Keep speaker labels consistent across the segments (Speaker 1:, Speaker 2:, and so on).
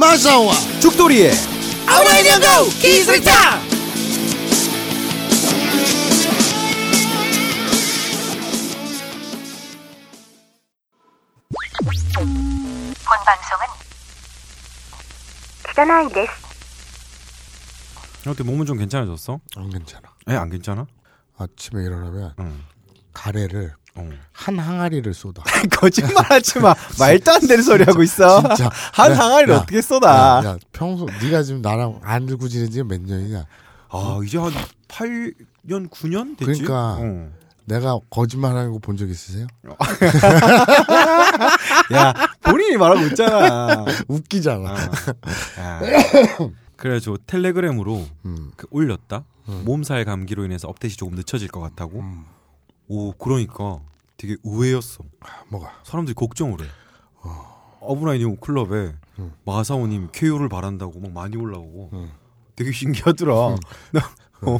Speaker 1: 어서와
Speaker 2: 죽돌이의
Speaker 1: 아무래도 기술자
Speaker 3: 본 방송은 기자나이 데스.
Speaker 4: 어때 몸은 좀 괜찮아졌어?
Speaker 1: 안 괜찮아
Speaker 4: 에 안 괜찮아?
Speaker 1: 아침에 일어나면
Speaker 4: 응.
Speaker 1: 가래를
Speaker 4: 어.
Speaker 1: 한 항아리를 쏟아
Speaker 2: 거짓말하지 마 말도 안 되는 소리 하고 있어
Speaker 1: 진짜
Speaker 2: 한
Speaker 1: 야,
Speaker 2: 항아리를
Speaker 1: 야,
Speaker 2: 어떻게 쏟아
Speaker 1: 야, 야, 평소 네가 지금 나랑 안 들고 지낸 지가 몇 년이냐
Speaker 4: 아 이제 한 8년 9년 됐지?
Speaker 1: 그러니까.
Speaker 4: 어.
Speaker 1: 내가 거짓말하는 거 본 적 있으세요?
Speaker 2: 야 본인이 말하고 있잖아
Speaker 1: 웃기잖아
Speaker 4: 아. 아. 그래 저 텔레그램으로
Speaker 1: 음.
Speaker 4: 그 올렸다. 몸살 감기로 인해서 업데이트 조금 늦춰질 것 같다고. 오 그러니까 되게 의외였어.
Speaker 1: 아, 뭐가
Speaker 4: 사람들이 걱정을 해. 어브라이님 클럽에 마사오님 KO를 바란다고 막 많이 올라오고 되게 신기하더라. 나- 어,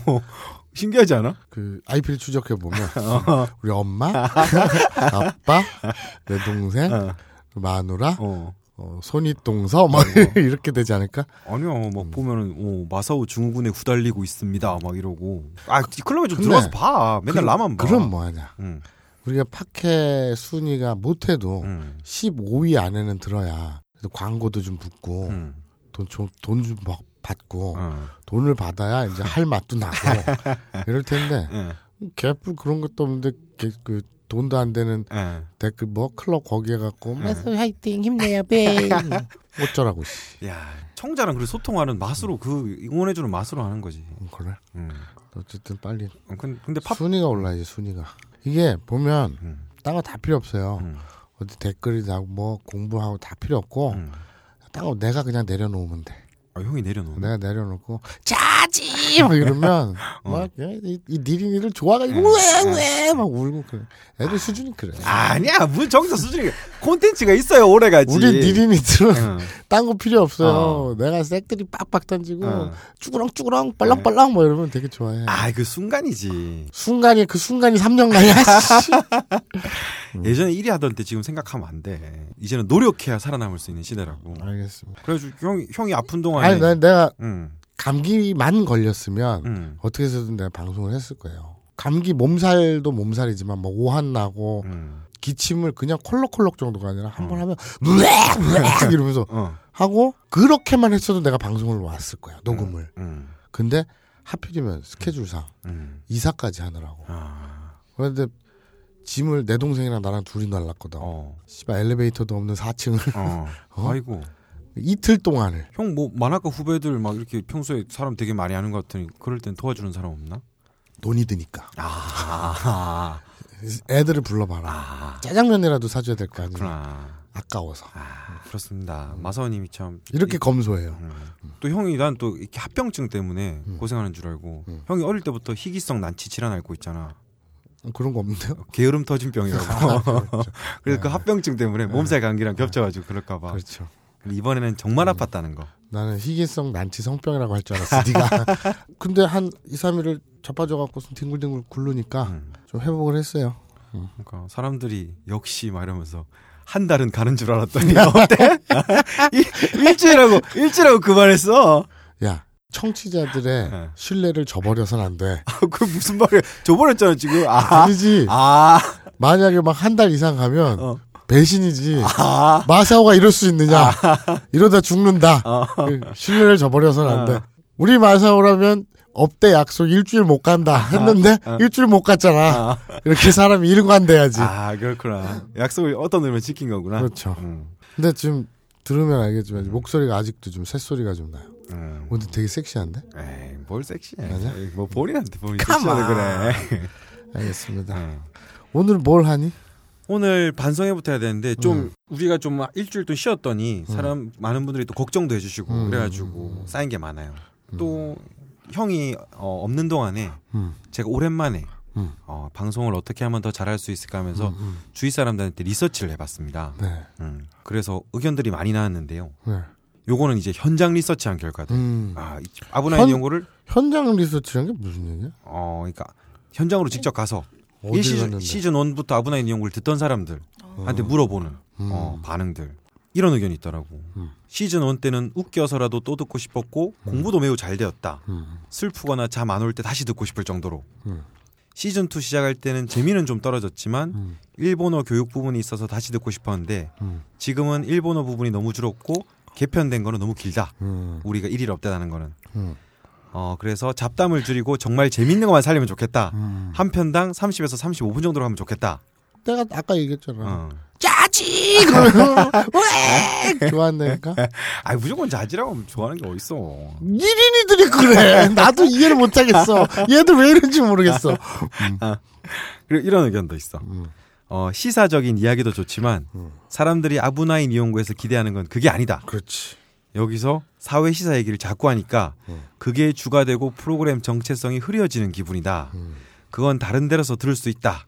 Speaker 4: 신기하지 않아?
Speaker 1: 그 IP를 추적해 보면
Speaker 4: 어.
Speaker 1: 우리 엄마, 아빠, 내 동생, 그 마누라,
Speaker 4: 어.
Speaker 1: 어, 손윗동서 뭐 이렇게 되지 않을까?
Speaker 4: 아니야 막 보면은 어, 마사오 증후군에 후달리고 있습니다 막 이러고 아 이 클럽에 좀
Speaker 1: 근데
Speaker 4: 들어가서 봐 맨날
Speaker 1: 그럼-
Speaker 4: 나만 봐 음.
Speaker 1: 그럼 뭐하냐?
Speaker 4: 응,
Speaker 1: 우리가 팟캐 순위가 못해도
Speaker 4: 응,
Speaker 1: 15위 안에는 들어야 그래도 광고도 좀 붙고
Speaker 4: 응,
Speaker 1: 돈좀돈좀 받고
Speaker 4: 어,
Speaker 1: 돈을 받아야 이제 할 맛도 나고 이럴 텐데
Speaker 4: 예,
Speaker 1: 개뿔 그런 것도 없는데 개- 그 돈도 안 되는
Speaker 4: 예.
Speaker 1: 댓글 뭐 클럽 거기에 갖고 뭐
Speaker 5: 그래서 화이팅 힘내요 뱅
Speaker 1: 어쩌라고 씨
Speaker 4: 예. 야 청자랑 그래 소통하는 맛으로 그 응원해주는 맛으로 하는 거지
Speaker 1: 음, 그래
Speaker 4: 음.
Speaker 1: 어쨌든 빨리
Speaker 4: 어, 근- 근데 팝
Speaker 1: 순위가 올라야지 순위가 이게 보면
Speaker 4: 음,
Speaker 1: 딴 거 다 필요 없어요
Speaker 4: 음,
Speaker 1: 어디 댓글이 나고 뭐 공부하고 다 필요 없고
Speaker 4: 음.
Speaker 1: 딴거 내가 그냥 내려놓으면 돼
Speaker 4: 아, 형이 내려놓은
Speaker 1: 내가 내려놓고 짜지 막 이러면
Speaker 4: 어.
Speaker 1: 막이 니린이를 좋아가지고 왜왜막 울고 그래 애들 수준이 그래
Speaker 4: 아니야 무슨 정서 수준이 콘텐츠가 있어요 오래가지
Speaker 1: 우리 니린이들은
Speaker 4: 응.
Speaker 1: 딴 거 필요 없어요
Speaker 4: 어.
Speaker 1: 내가 색들이 빡빡 던지고
Speaker 4: 어.
Speaker 1: 쭈구렁쭈구렁 빨랑빨랑 뭐 이러면 되게 좋아해
Speaker 4: 아그 순간이지
Speaker 1: 순간이 그 순간이 3년간이야 씨.
Speaker 4: 예전에 1위 하던 때 지금 생각하면 안돼 이제는 노력해야 살아남을 수 있는 시대라고
Speaker 1: 알겠습니다
Speaker 4: 그래가지고 형이, 형이 아픈 동안에 음,
Speaker 1: 아니 난 내가
Speaker 4: 응,
Speaker 1: 감기만 걸렸으면
Speaker 4: 네. 응,
Speaker 1: 어떻게 해서든 내가 방송을 했을 거예요. 감기 몸살도 몸살이지만 뭐 오한 나고
Speaker 4: 응.
Speaker 1: 기침을 그냥 콜록콜록 정도가 아니라 한 번 하면 으악 으악 이러면서
Speaker 4: 어,
Speaker 1: 하고 그렇게만 했어도 내가 방송을 왔을 거야 녹음을.
Speaker 4: 응,
Speaker 1: 근데 하필이면 스케줄상
Speaker 4: 응.
Speaker 1: 이사까지 하느라고.
Speaker 4: 음. 아,
Speaker 1: 그런데 짐을 내 동생이랑 나랑 둘이 날랐거든.
Speaker 4: 어,
Speaker 1: 씨발 엘리베이터도 없는 4층을
Speaker 4: 어.
Speaker 1: 어?
Speaker 4: 아이고.
Speaker 1: 이틀 동안을
Speaker 4: 형 뭐 만화가 후배들 막 이렇게 평소에 사람 되게 많이 아는 것 같으니 그럴 땐 도와주는 사람 없나?
Speaker 1: 돈이 드니까
Speaker 4: 아,
Speaker 1: 애들을 불러봐라.
Speaker 4: 아,
Speaker 1: 짜장면이라도 사줘야 될 거 아니야.
Speaker 4: 그렇구나.
Speaker 1: 아까워서
Speaker 4: 아, 그렇습니다. 마사오님이 참
Speaker 1: 음. 이렇게
Speaker 4: 이-
Speaker 1: 검소해요.
Speaker 4: 음. 또 형이 난 또 이렇게 합병증 때문에
Speaker 1: 음.
Speaker 4: 고생하는 줄 알고 형이 어릴 때부터 희귀성 난치 질환 앓고 있잖아.
Speaker 1: 그런 거 없는데요?
Speaker 4: 게으름 터진 병이라고.
Speaker 1: 그렇죠.
Speaker 4: 그래서 그 합병증 때문에 몸살 감기랑 겹쳐가지고 그럴까봐.
Speaker 1: 음. 그렇죠. 음.
Speaker 4: 이번에는 정말 아팠다는 거.
Speaker 1: 나는 희귀성 난치 성병이라고 할 줄 알았어, 네가. 근데 한 2, 3일을 자빠져 갖고 뒹굴뒹굴 굴르니까
Speaker 4: 음.
Speaker 1: 좀 회복을 했어요.
Speaker 4: 그러니까 사람들이 역시 막 이러면서 한 달은 가는 줄 알았더니 어때? 이- 일주일하고 일주일하고 그만했어.
Speaker 1: 야, 청취자들의
Speaker 4: 네.
Speaker 1: 신뢰를 저버려선 안 돼.
Speaker 4: 그 무슨 말이야? 줘버렸잖아 지금. 아,
Speaker 1: 아니지.
Speaker 4: 아,
Speaker 1: 만약에 막 한 달 이상 가면
Speaker 4: 어.
Speaker 1: 배신이지.
Speaker 4: 아.
Speaker 1: 마사오가 이럴 수 있느냐. 이러다 죽는다.
Speaker 4: 어.
Speaker 1: 그 신뢰를 저버려선 안 돼. 우리 마사오라면 업대 약속 일주일 못 간다
Speaker 4: 아.
Speaker 1: 했는데 일주일 못 갔잖아. 이렇게 사람이 일관돼야지.
Speaker 4: 아 그렇구나. 약속을 어떤 의미로 지킨 거구나.
Speaker 1: 그렇죠.
Speaker 4: 음,
Speaker 1: 근데 지금 들으면 알겠지만 목소리가 아직도 좀 새소리가 좀 나요.
Speaker 4: 음.
Speaker 1: 오늘 되게 섹시한데?
Speaker 4: 에이, 뭘 섹시해?
Speaker 1: 맞아?
Speaker 4: 에이, 뭐 본인한테 본인 섹시하다 그래.
Speaker 1: 알겠습니다.
Speaker 4: 음.
Speaker 1: 오늘 뭘 하니?
Speaker 4: 오늘 반성회부터 해야 되는데 좀
Speaker 1: 음.
Speaker 4: 우리가 좀 일주일 동 쉬었더니 사람 많은 분들이 또 걱정도 해주시고
Speaker 1: 음.
Speaker 4: 그래가지고 쌓인 게 많아요. 또 형이 어, 없는 동안에
Speaker 1: 음.
Speaker 4: 제가 오랜만에
Speaker 1: 음.
Speaker 4: 어, 방송을 어떻게 하면 더 잘할 수 있을까 하면서
Speaker 1: 음.
Speaker 4: 주위 사람들한테 리서치를 해봤습니다.
Speaker 1: 네.
Speaker 4: 음, 그래서 의견들이 많이 나왔는데요.
Speaker 1: 네.
Speaker 4: 요거는 이제 현장 리서치한 결과들.
Speaker 1: 음.
Speaker 4: 아, 이- 아브나인
Speaker 1: 현-
Speaker 4: 연구를
Speaker 1: 현장 리서치란 게 무슨 얘기야?
Speaker 4: 어, 그러니까 현장으로 직접 가서
Speaker 1: 어디
Speaker 4: 일 시즌,
Speaker 1: 갔는데? 아.
Speaker 4: 시즌 1부터 아브나인 연구를 듣던 사람들한테 물어보는
Speaker 1: 음.
Speaker 4: 어, 반응들 이런 의견이 있더라고.
Speaker 1: 음.
Speaker 4: 시즌 1 때는 웃겨서라도 또 듣고 싶었고 공부도 매우 잘 되었다.
Speaker 1: 음.
Speaker 4: 슬프거나 잠 안 올 때 다시 듣고 싶을 정도로.
Speaker 1: 음.
Speaker 4: 시즌 2 시작할 때는 재미는 좀 떨어졌지만
Speaker 1: 음.
Speaker 4: 일본어 교육 부분이 있어서 다시 듣고 싶었는데
Speaker 1: 음.
Speaker 4: 지금은 일본어 부분이 너무 줄었고 개편된 거는 너무 길다.
Speaker 1: 음.
Speaker 4: 우리가 일일 없다는 거는.
Speaker 1: 음.
Speaker 4: 어 그래서 잡담을 줄이고 정말 재밌는 것만 살리면 좋겠다.
Speaker 1: 음.
Speaker 4: 한 편당 30에서 35분 정도로 하면 좋겠다.
Speaker 1: 내가 아까 얘기했잖아.
Speaker 4: 어.
Speaker 1: 짜지! 그러면, 왜! 좋아한다니까?
Speaker 4: 아 무조건 자지라고 하면 좋아하는 게 어딨어.
Speaker 1: 니린이들이 그래. 나도 이해를 못하겠어. 얘들 왜 이런지 모르겠어.
Speaker 4: 그리고 이런 의견도 있어.
Speaker 1: 음.
Speaker 4: 어, 시사적인 이야기도 좋지만
Speaker 1: 음.
Speaker 4: 사람들이 아부나인 이용구에서 기대하는 건 그게 아니다.
Speaker 1: 그렇지.
Speaker 4: 여기서 사회 시사 얘기를 자꾸 하니까
Speaker 1: 음.
Speaker 4: 그게 주가 되고 프로그램 정체성이 흐려지는 기분이다.
Speaker 1: 음.
Speaker 4: 그건 다른 데로서 들을 수 있다.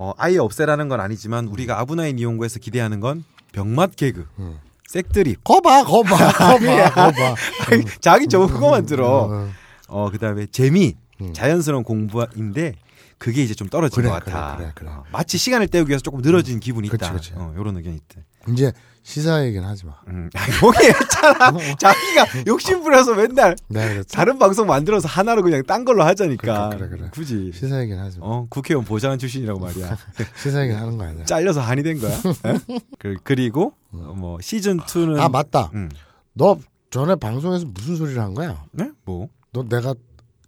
Speaker 4: 어, 아예 없애라는 건 아니지만 우리가 아부나인 이용구에서 기대하는 건 병맛 개그,
Speaker 1: 음.
Speaker 4: 색드립.
Speaker 1: 거봐, 거봐, 거봐, 거봐.
Speaker 4: 아니, 자기 저거 그거만 들어.
Speaker 1: 어,
Speaker 4: 어, 그다음에 재미,
Speaker 1: 음.
Speaker 4: 자연스러운 공부인데 그게 이제 좀 떨어진
Speaker 1: 그래,
Speaker 4: 것 같아.
Speaker 1: 그래, 그래, 그래.
Speaker 4: 어, 마치 시간을 때우기 위해서 조금 늘어진 기분이 있다.
Speaker 1: 그치, 그치.
Speaker 4: 어, 이런 의견이 있대.
Speaker 1: 이제 시사 얘기는 하지 마.
Speaker 4: 음. 아, 여기 했잖아. 자기가 욕심 부려서 맨날
Speaker 1: 네, 그렇지.
Speaker 4: 다른 방송 만들어서 하나로 그냥 딴 걸로 하자니까.
Speaker 1: 그래, 그래, 그래.
Speaker 4: 굳이.
Speaker 1: 시사 얘기는 하지 마.
Speaker 4: 그러니까, 어, 국회의원 보좌관 출신이라고 말이야.
Speaker 1: 시사 얘기는 하는 거 아니야.
Speaker 4: 잘려서 한이 된 거야. 에? 그- 그리고 어, 뭐 시즌 2는
Speaker 1: 아, 맞다.
Speaker 4: 음.
Speaker 1: 너 전에 방송에서 무슨 소리를 한 거야?
Speaker 4: 네? 뭐?
Speaker 1: 너 내가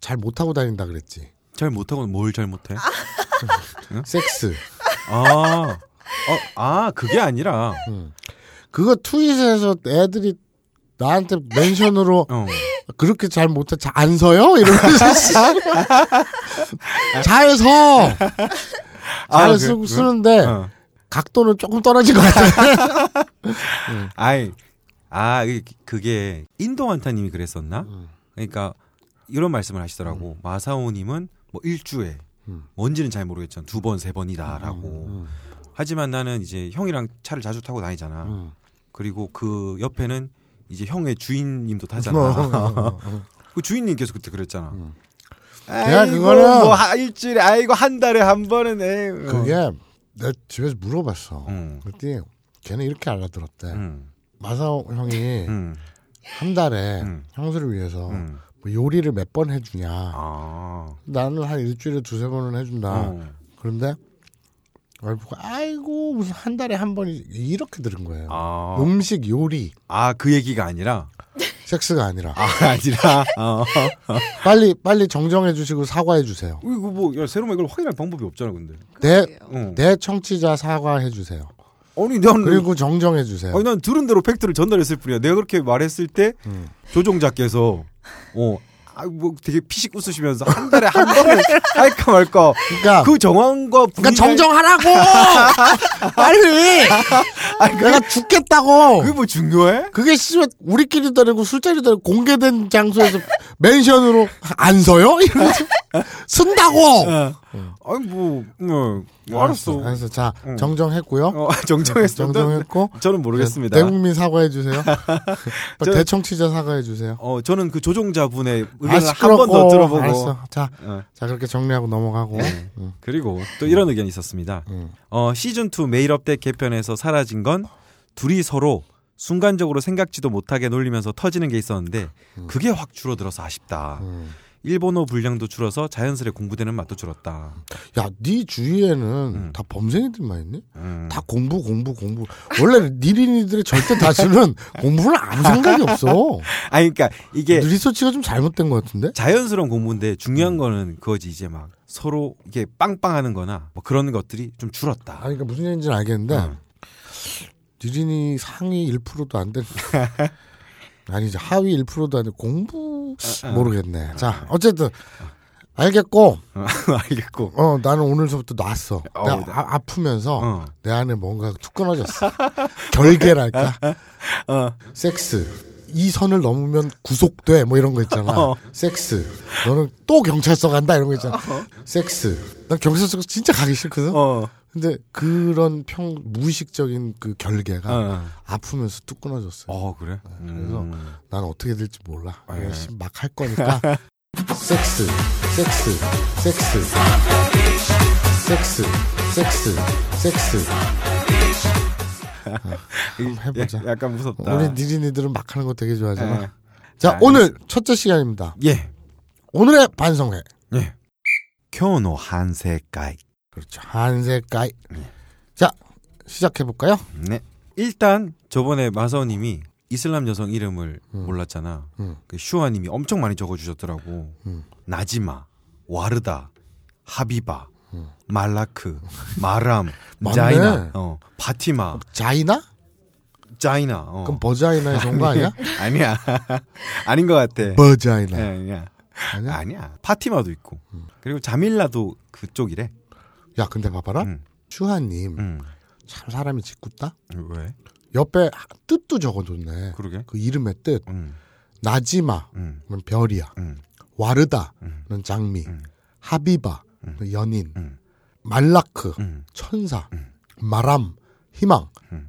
Speaker 1: 잘 못하고 다닌다 그랬지.
Speaker 4: 잘 못하고 뭘 잘못해? 어?
Speaker 1: 섹스.
Speaker 4: 아, 어, 아 그게 아니라,
Speaker 1: 그거 트윗에서 애들이 나한테 멘션으로
Speaker 4: 어,
Speaker 1: 그렇게 잘 못해 자- 안 서요? 이러면서 씨. 잘 서.
Speaker 4: 아,
Speaker 1: 잘
Speaker 4: 그-
Speaker 1: 쓰,
Speaker 4: 그-
Speaker 1: 는데
Speaker 4: 어.
Speaker 1: 각도는 조금 떨어진 것 같아.
Speaker 4: 아이, 아 이- 그게 인도 한타님이 그랬었나?
Speaker 1: 음.
Speaker 4: 그러니까 이런 말씀을 하시더라고. 마사오님은 뭐 일주에
Speaker 1: 음.
Speaker 4: 뭔지는 잘 모르겠지만 두 번 세 번이다라고. 하지만 나는 이제 형이랑 차를 자주 타고 다니잖아.
Speaker 1: 음.
Speaker 4: 그리고 그 옆에는 이제 형의 주인님도 타잖아.
Speaker 1: 음.
Speaker 4: 그 주인님께서 그때 그랬잖아.
Speaker 1: 음.
Speaker 4: 야
Speaker 1: 그거는-
Speaker 4: 뭐 하- 일주일에 아이고 한 달에 한 번은 에이. 어.
Speaker 1: 그게 내 집에서 물어봤어.
Speaker 4: 음.
Speaker 1: 그랬더니 걔는 이렇게 알아들었대.
Speaker 4: 음.
Speaker 1: 마사오 형이
Speaker 4: 음.
Speaker 1: 한 달에
Speaker 4: 음.
Speaker 1: 형수를 위해서
Speaker 4: 음.
Speaker 1: 뭐 요리를 몇 번 해주냐.
Speaker 4: 아.
Speaker 1: 나는 한 일주일에 두세 번은 해준다.
Speaker 4: 어.
Speaker 1: 그런데 와이프가 아이고 무슨 한 달에 한 번이 이렇게 들은 거예요.
Speaker 4: 아.
Speaker 1: 음식 요리
Speaker 4: 아, 그 얘기가 아니라
Speaker 1: 섹스가
Speaker 4: 아,
Speaker 1: 아니라
Speaker 4: 아니라 어.
Speaker 1: 빨리 빨리 정정해 주시고 사과해 주세요.
Speaker 4: 이거 뭐 야, 새로 만 이걸 확인할 방법이 없잖아, 근데. 어.
Speaker 1: 내 내
Speaker 4: 응.
Speaker 1: 청취자 사과해 주세요.
Speaker 4: 아니 난
Speaker 1: 그리고 정정해 주세요.
Speaker 4: 아니 난 들은 대로 팩트를 전달했을 뿐이야. 내가 그렇게 말했을 때
Speaker 1: 음.
Speaker 4: 조종자께서 어. 아, 뭐 되게 피식 웃으시면서 한 달에 한 번은 할까 말까
Speaker 1: 그러니까
Speaker 4: 그 정황과
Speaker 1: 그러니까
Speaker 4: 분위기
Speaker 1: 정정하라고 빨리 내가 죽겠다고
Speaker 4: 그게 뭐 중요해?
Speaker 1: 그게 씨발 우리끼리 다니고 술자리 다니고 공개된 장소에서 멘션으로 안 서요? 이러면서 쓴다고. 어,
Speaker 4: 아니 뭐, 뭐 어, 알았어.
Speaker 1: 그래서 자
Speaker 4: 응.
Speaker 1: 정정했고요.
Speaker 4: 어, 정정했어. 네,
Speaker 1: 정정했고
Speaker 4: 저는 모르겠습니다.
Speaker 1: 대국민 사과해 주세요.
Speaker 4: 저-
Speaker 1: 대청취자 사과해 주세요.
Speaker 4: 어, 저는 그 조종자분의
Speaker 1: 아
Speaker 4: 의견을 한
Speaker 1: 시끄럽고
Speaker 4: 번 더 들어보고
Speaker 1: 알았어. 자,
Speaker 4: 어.
Speaker 1: 자 그렇게 정리하고 넘어가고.
Speaker 4: 네.
Speaker 1: 응.
Speaker 4: 그리고 또 이런 의견이 있었습니다.
Speaker 1: 음.
Speaker 4: 어, 시즌2 메일업데 개편에서 사라진 건 둘이 서로 순간적으로 생각지도 못하게 놀리면서 터지는 게 있었는데 그게 확 줄어들어서 아쉽다.
Speaker 1: 음.
Speaker 4: 일본어 분량도 줄어서 자연스레 공부되는 맛도 줄었다.
Speaker 1: 야, 네 주위에는
Speaker 4: 음.
Speaker 1: 다 범생이들만 있네.
Speaker 4: 음.
Speaker 1: 다 공부, 공부, 공부. 원래 니린이들의 절대 다수는 공부는 아무 생각이 없어.
Speaker 4: 아니 그러니까 이게
Speaker 1: 리서치가 좀 잘못된 것 같은데.
Speaker 4: 자연스러운 공부인데
Speaker 1: 음.
Speaker 4: 중요한 거는 그거지 이제 막 서로 이게 빵빵하는 거나 뭐 그런 것들이 좀 줄었다.
Speaker 1: 아니, 그러니까 무슨 얘기인지는 알겠는데
Speaker 4: 음.
Speaker 1: 니린이 상위 1%도 안 되는. 아니 이제 하위 1%도 안 돼. 공부
Speaker 4: 어,
Speaker 1: 모르겠네. 자, 어쨌든 알겠고
Speaker 4: 알겠고.
Speaker 1: 어, 나는 오늘서부터 놨어.
Speaker 4: 어,
Speaker 1: 내가
Speaker 4: 나-
Speaker 1: 아, 프면서
Speaker 4: 어.
Speaker 1: 내 안에 뭔가 툭 끊어졌어. 결계랄까?
Speaker 4: 어.
Speaker 1: 섹스. 이 선을 넘으면 구속돼. 뭐 이런 거 있잖아.
Speaker 4: 어.
Speaker 1: 섹스. 너는 또 경찰서 간다. 이런 거 있잖아. 섹스. 난 경찰서 진짜 가기 싫거든.
Speaker 4: 어.
Speaker 1: 근데 그런 평, 무의식적인 그 결계가
Speaker 4: 어.
Speaker 1: 아프면서 뚝 끊어졌어요.
Speaker 4: 어 그래.
Speaker 1: 그래서
Speaker 4: 음.
Speaker 1: 난 어떻게 될지 몰라.
Speaker 4: 아,
Speaker 1: 그냥
Speaker 4: 예.
Speaker 1: 막 할 거니까. 섹스, 섹스, 섹스, 섹스, 섹스, 섹스. 아,
Speaker 4: 예.
Speaker 1: 한번 해보자.
Speaker 4: 야, 네, 약간 무섭다.
Speaker 1: 우리 니린이들은 막 하는 거 되게 좋아하잖아.
Speaker 4: 예.
Speaker 1: 자,
Speaker 4: 알겠습니다.
Speaker 1: 오늘 첫째 시간입니다.
Speaker 4: 예.
Speaker 1: 오늘의 반성회.
Speaker 4: 예. 켜노 한세가이.
Speaker 1: 그렇죠. 한색깔. 자, 시작해볼까요?
Speaker 4: 네. 일단 저번에 마사오님이 이슬람 여성 이름을 몰랐잖아.
Speaker 1: 음.
Speaker 4: 그 슈아님이 엄청 많이 적어주셨더라고.
Speaker 1: 음.
Speaker 4: 나지마, 와르다, 하비바, 말라크, 마람,
Speaker 1: 음. 맞네.
Speaker 4: 자이나, 어, 바티마,
Speaker 1: 자이나?
Speaker 4: 자이나. 어.
Speaker 1: 그럼 버자이나에서 온 거 아니야?
Speaker 4: 아니야. 아닌 것 같아.
Speaker 1: 버자이나.
Speaker 4: 예, 아니야.
Speaker 1: 아니야?
Speaker 4: 아니야. 파티마도 있고.
Speaker 1: 음.
Speaker 4: 그리고 자밀라도 그쪽이래.
Speaker 1: 야, 근데 봐봐라.
Speaker 4: 음.
Speaker 1: 슈하님,
Speaker 4: 음.
Speaker 1: 참 사람이 짓궂다?
Speaker 4: 왜?
Speaker 1: 옆에 뜻도 적어줬네. 그
Speaker 4: 그러게.
Speaker 1: 이름의 뜻.
Speaker 4: 음.
Speaker 1: 나지마.
Speaker 4: 음.
Speaker 1: 는 별이야.
Speaker 4: 음.
Speaker 1: 와르다.
Speaker 4: 음.
Speaker 1: 는 장미.
Speaker 4: 음.
Speaker 1: 하비바. 는 연인.
Speaker 4: 음.
Speaker 1: 말라크.
Speaker 4: 음.
Speaker 1: 천사.
Speaker 4: 음.
Speaker 1: 마람. 희망.
Speaker 4: 음.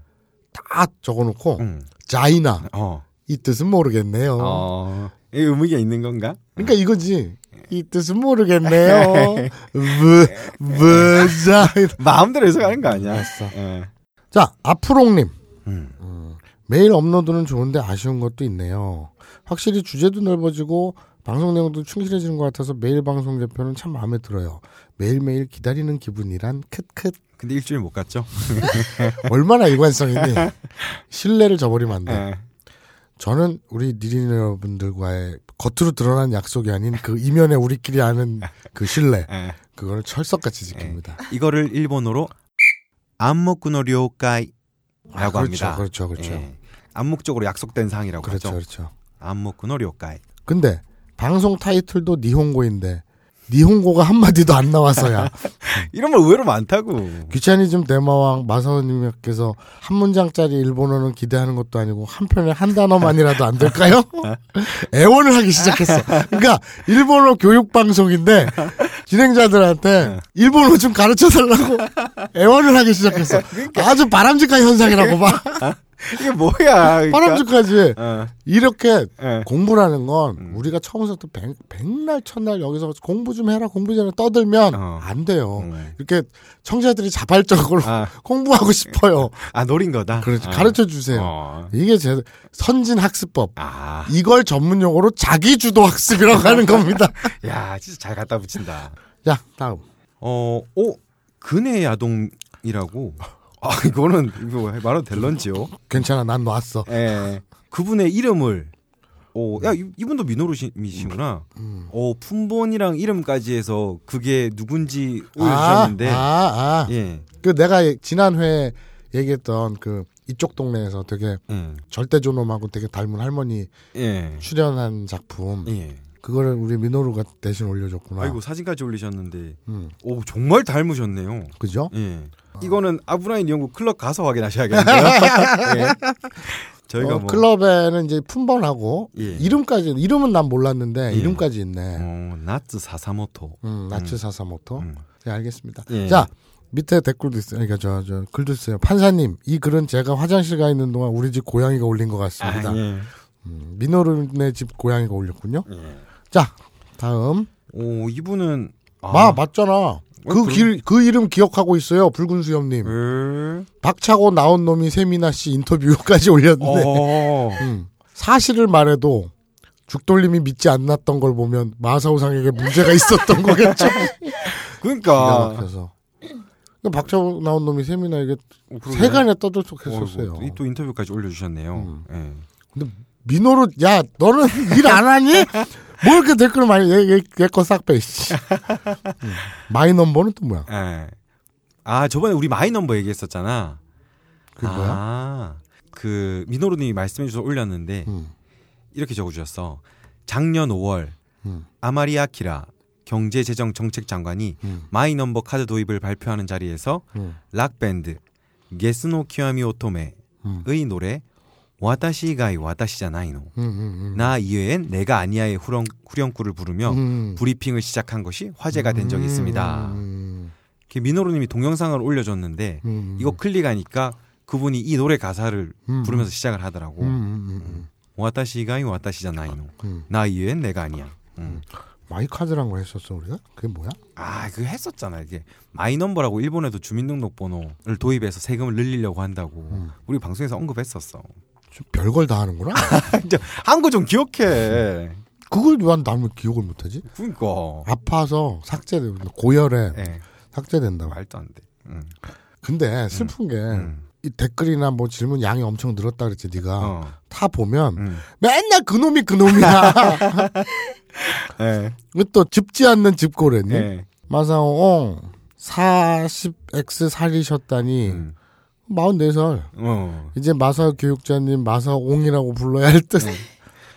Speaker 1: 다 적어놓고
Speaker 4: 음.
Speaker 1: 자이나.
Speaker 4: 어.
Speaker 1: 이 뜻은 모르겠네요.
Speaker 4: 어. 이 의미가 있는 건가?
Speaker 1: 그러니까 이거지. 이 뜻은 모르겠네요. 브, 브자.
Speaker 4: 마음대로 해석하는 거 아니야? 예.
Speaker 1: 자, 아프롱님. 어,
Speaker 4: 음.
Speaker 1: 매일 업로드는 좋은데 아쉬운 것도 있네요. 확실히 주제도 넓어지고 방송 내용도 충실해지는 것 같아서 매일 방송 개편은 참 마음에 들어요. 매일매일 기다리는 기분이란 크크.
Speaker 4: 근데 일주일 못 갔죠?
Speaker 1: 얼마나 일관성이니.
Speaker 4: 네.
Speaker 1: 신뢰를 저버리면 안 돼.
Speaker 4: 예.
Speaker 1: 저는 우리 니린 여러분들과의 겉으로 드러난 약속이 아닌 그 이면에 우리끼리 아는 그 신뢰.
Speaker 4: 예.
Speaker 1: 그거를 철석같이 지킵니다.
Speaker 4: 네. 이거를 일본어로 안목구노료가이라고
Speaker 1: 아, 그렇죠,
Speaker 4: 합니다.
Speaker 1: 그렇죠, 그렇죠.
Speaker 4: 예. 암묵적으로 약속된 상이라고
Speaker 1: 그렇죠,
Speaker 4: 하죠.
Speaker 1: 그렇죠.
Speaker 4: 안목구노료가이.
Speaker 1: 근데 방송 타이틀도 니홍고인데 니홍고가 한마디도 안 나와서야
Speaker 4: 이런 말 의외로 많다고.
Speaker 1: 귀차니즘 대마왕 마사오님께서 한 문장짜리 일본어는 기대하는 것도 아니고 한 편에 한 단어만이라도 안 될까요? 애원을 하기 시작했어. 그러니까 일본어 교육 방송인데 진행자들한테 일본어 좀 가르쳐 달라고 애원을 하기 시작했어. 아주 바람직한 현상이라고 봐.
Speaker 4: 이게 뭐야? 그러니까.
Speaker 1: 바람직하지.
Speaker 4: 어,
Speaker 1: 이렇게
Speaker 4: 예.
Speaker 1: 공부라는 건 우리가 처음부터 백, 백날 첫날 여기서 공부 좀 해라 공부 좀 해라 떠들면
Speaker 4: 어.
Speaker 1: 안 돼요.
Speaker 4: 음.
Speaker 1: 이렇게 청자들이 자발적으로
Speaker 4: 아.
Speaker 1: 공부하고 싶어요.
Speaker 4: 아 노린 거다.
Speaker 1: 그렇죠.
Speaker 4: 아.
Speaker 1: 가르쳐 주세요.
Speaker 4: 어.
Speaker 1: 이게 제 선진 학습법.
Speaker 4: 아,
Speaker 1: 이걸 전문 용어로 자기 주도 학습이라고 하는 겁니다.
Speaker 4: 야, 진짜 잘 갖다 붙인다.
Speaker 1: 자, 다음.
Speaker 4: 어, 오, 근해 야동이라고. 아, 이거는 이거 말해도 될런지요?
Speaker 1: 괜찮아. 난 놨어.
Speaker 4: 예. 그분의 이름을 오, 야, 이- 이분도 민호루시미시구나. 어, 품번이랑 이름까지 해서 그게 누군지 올려주셨는데.
Speaker 1: 아, 아, 아.
Speaker 4: 예.
Speaker 1: 그 내가 지난 회에 얘기했던 그 이쪽 동네에서 되게
Speaker 4: 예.
Speaker 1: 절대존엄하고 되게 닮은 할머니
Speaker 4: 예.
Speaker 1: 출연한 작품.
Speaker 4: 예.
Speaker 1: 그거를 우리 민호루가 대신 올려줬구나.
Speaker 4: 아이고 사진까지 올리셨는데
Speaker 1: 음.
Speaker 4: 오 정말 닮으셨네요.
Speaker 1: 그죠?
Speaker 4: 예. 이거는 아브라인 연구 클럽 가서 확인하셔야겠는데요. 예. 저희가
Speaker 1: 어,
Speaker 4: 뭐
Speaker 1: 클럽에는 이제 품번하고
Speaker 4: 예.
Speaker 1: 이름까지 이름은 난 몰랐는데
Speaker 4: 예.
Speaker 1: 이름까지 있네.
Speaker 4: 어, 나츠 사사모토.
Speaker 1: 음, 나츠 사사모토.
Speaker 4: 음.
Speaker 1: 네, 알겠습니다.
Speaker 4: 예.
Speaker 1: 자, 밑에 댓글도 있어요. 그러니까 저, 저 글도 있어요. 판사님, 이 글은 제가 화장실 가 있는 동안 우리 집 고양이가 올린 것 같습니다.
Speaker 4: 아, 예.
Speaker 1: 음, 민호르네 집 고양이가 올렸군요. 자, 다음.
Speaker 4: 오 이분은 아,
Speaker 1: 마, 맞잖아. 그
Speaker 4: 그럼-
Speaker 1: 길, 그 이름 기억하고 있어요. 붉은
Speaker 4: 예.
Speaker 1: 수염님. 네.
Speaker 4: 에?
Speaker 1: 박차고 나온 놈이 세미나 씨 인터뷰까지 올렸는데.
Speaker 4: 어.
Speaker 1: 음. 사실을 말해도 죽돌림이 믿지 않았던 걸 보면 마사오상에게 문제가 있었던 거겠죠. 기가
Speaker 4: 그러니까
Speaker 1: 막혀서. 그러니까 박차고 나온 놈이 세미나에게
Speaker 4: 어, 그러게.
Speaker 1: 세간에 떠들썩했었어요. 음.
Speaker 4: 어이구, 또 인터뷰까지 올려주셨네요. 예.
Speaker 1: 민호로 야 너는 일 안 하니? 뭘 이렇게 댓글 많이 얘얘거싹 빼. 씨. 음. 마이 넘버는 또 뭐야?
Speaker 4: 예. 아 저번에 우리 마이 넘버 얘기했었잖아.
Speaker 1: 그게 뭐야?
Speaker 4: 아, 그 민호로님이 말씀해주셔서 올렸는데
Speaker 1: 음.
Speaker 4: 이렇게 적어주셨어. 작년 5월
Speaker 1: 음.
Speaker 4: 아마리아 키라 경제재정정책장관이
Speaker 1: 음.
Speaker 4: 마이 넘버 카드 도입을 발표하는 자리에서
Speaker 1: 음.
Speaker 4: 락밴드 게스노 키와미 오토메의
Speaker 1: 음.
Speaker 4: 노래 와다시 가이 와다시자 나이노
Speaker 1: 음, 음, 음.
Speaker 4: 나 이외엔 내가 아니야의 후렴, 후렴구를 부르며
Speaker 1: 음.
Speaker 4: 브리핑을 시작한 것이 화제가 된 적이 있습니다.
Speaker 1: 음,
Speaker 4: 이렇게 민호루님이 동영상을 올려줬는데
Speaker 1: 음.
Speaker 4: 이거 클릭하니까 그분이 이 노래 가사를
Speaker 1: 음.
Speaker 4: 부르면서 시작을 하더라고.
Speaker 1: 음, 음, 음, 음.
Speaker 4: 와타시가이 와타시잖아요.
Speaker 1: 음.
Speaker 4: 나 이외엔 내가 아니야. 음.
Speaker 1: 마이 카드란 걸 했었어 우리가? 그게 뭐야?
Speaker 4: 아, 그거 했었잖아. 이게 마이넘버라고 일본에도 주민등록번호를 도입해서 세금을 늘리려고 한다고
Speaker 1: 음.
Speaker 4: 우리 방송에서 언급했었어.
Speaker 1: 좀 별걸 다 하는구나.
Speaker 4: 진짜 한거 좀 기억해.
Speaker 1: 그걸 왜난 남을 기억을 못하지?
Speaker 4: 그러니까.
Speaker 1: 아파서 삭제돼 고열에
Speaker 4: 예.
Speaker 1: 삭제된다고.
Speaker 4: 말도 안 돼. 응.
Speaker 1: 근데 슬픈 게.
Speaker 4: 음.
Speaker 1: 이 댓글이나 뭐 질문 양이 엄청 늘었다 그랬지 네가
Speaker 4: 어.
Speaker 1: 타 보면
Speaker 4: 음.
Speaker 1: 맨날 그놈이 그놈이야
Speaker 4: 예.
Speaker 1: 이거 또 짚지 않는 집고래님
Speaker 4: 예.
Speaker 1: 마사오 옹 40X 살이셨다니
Speaker 4: 음.
Speaker 1: 44살
Speaker 4: 어.
Speaker 1: 이제 마사오 교육자님 마사옹이라고 불러야 할 듯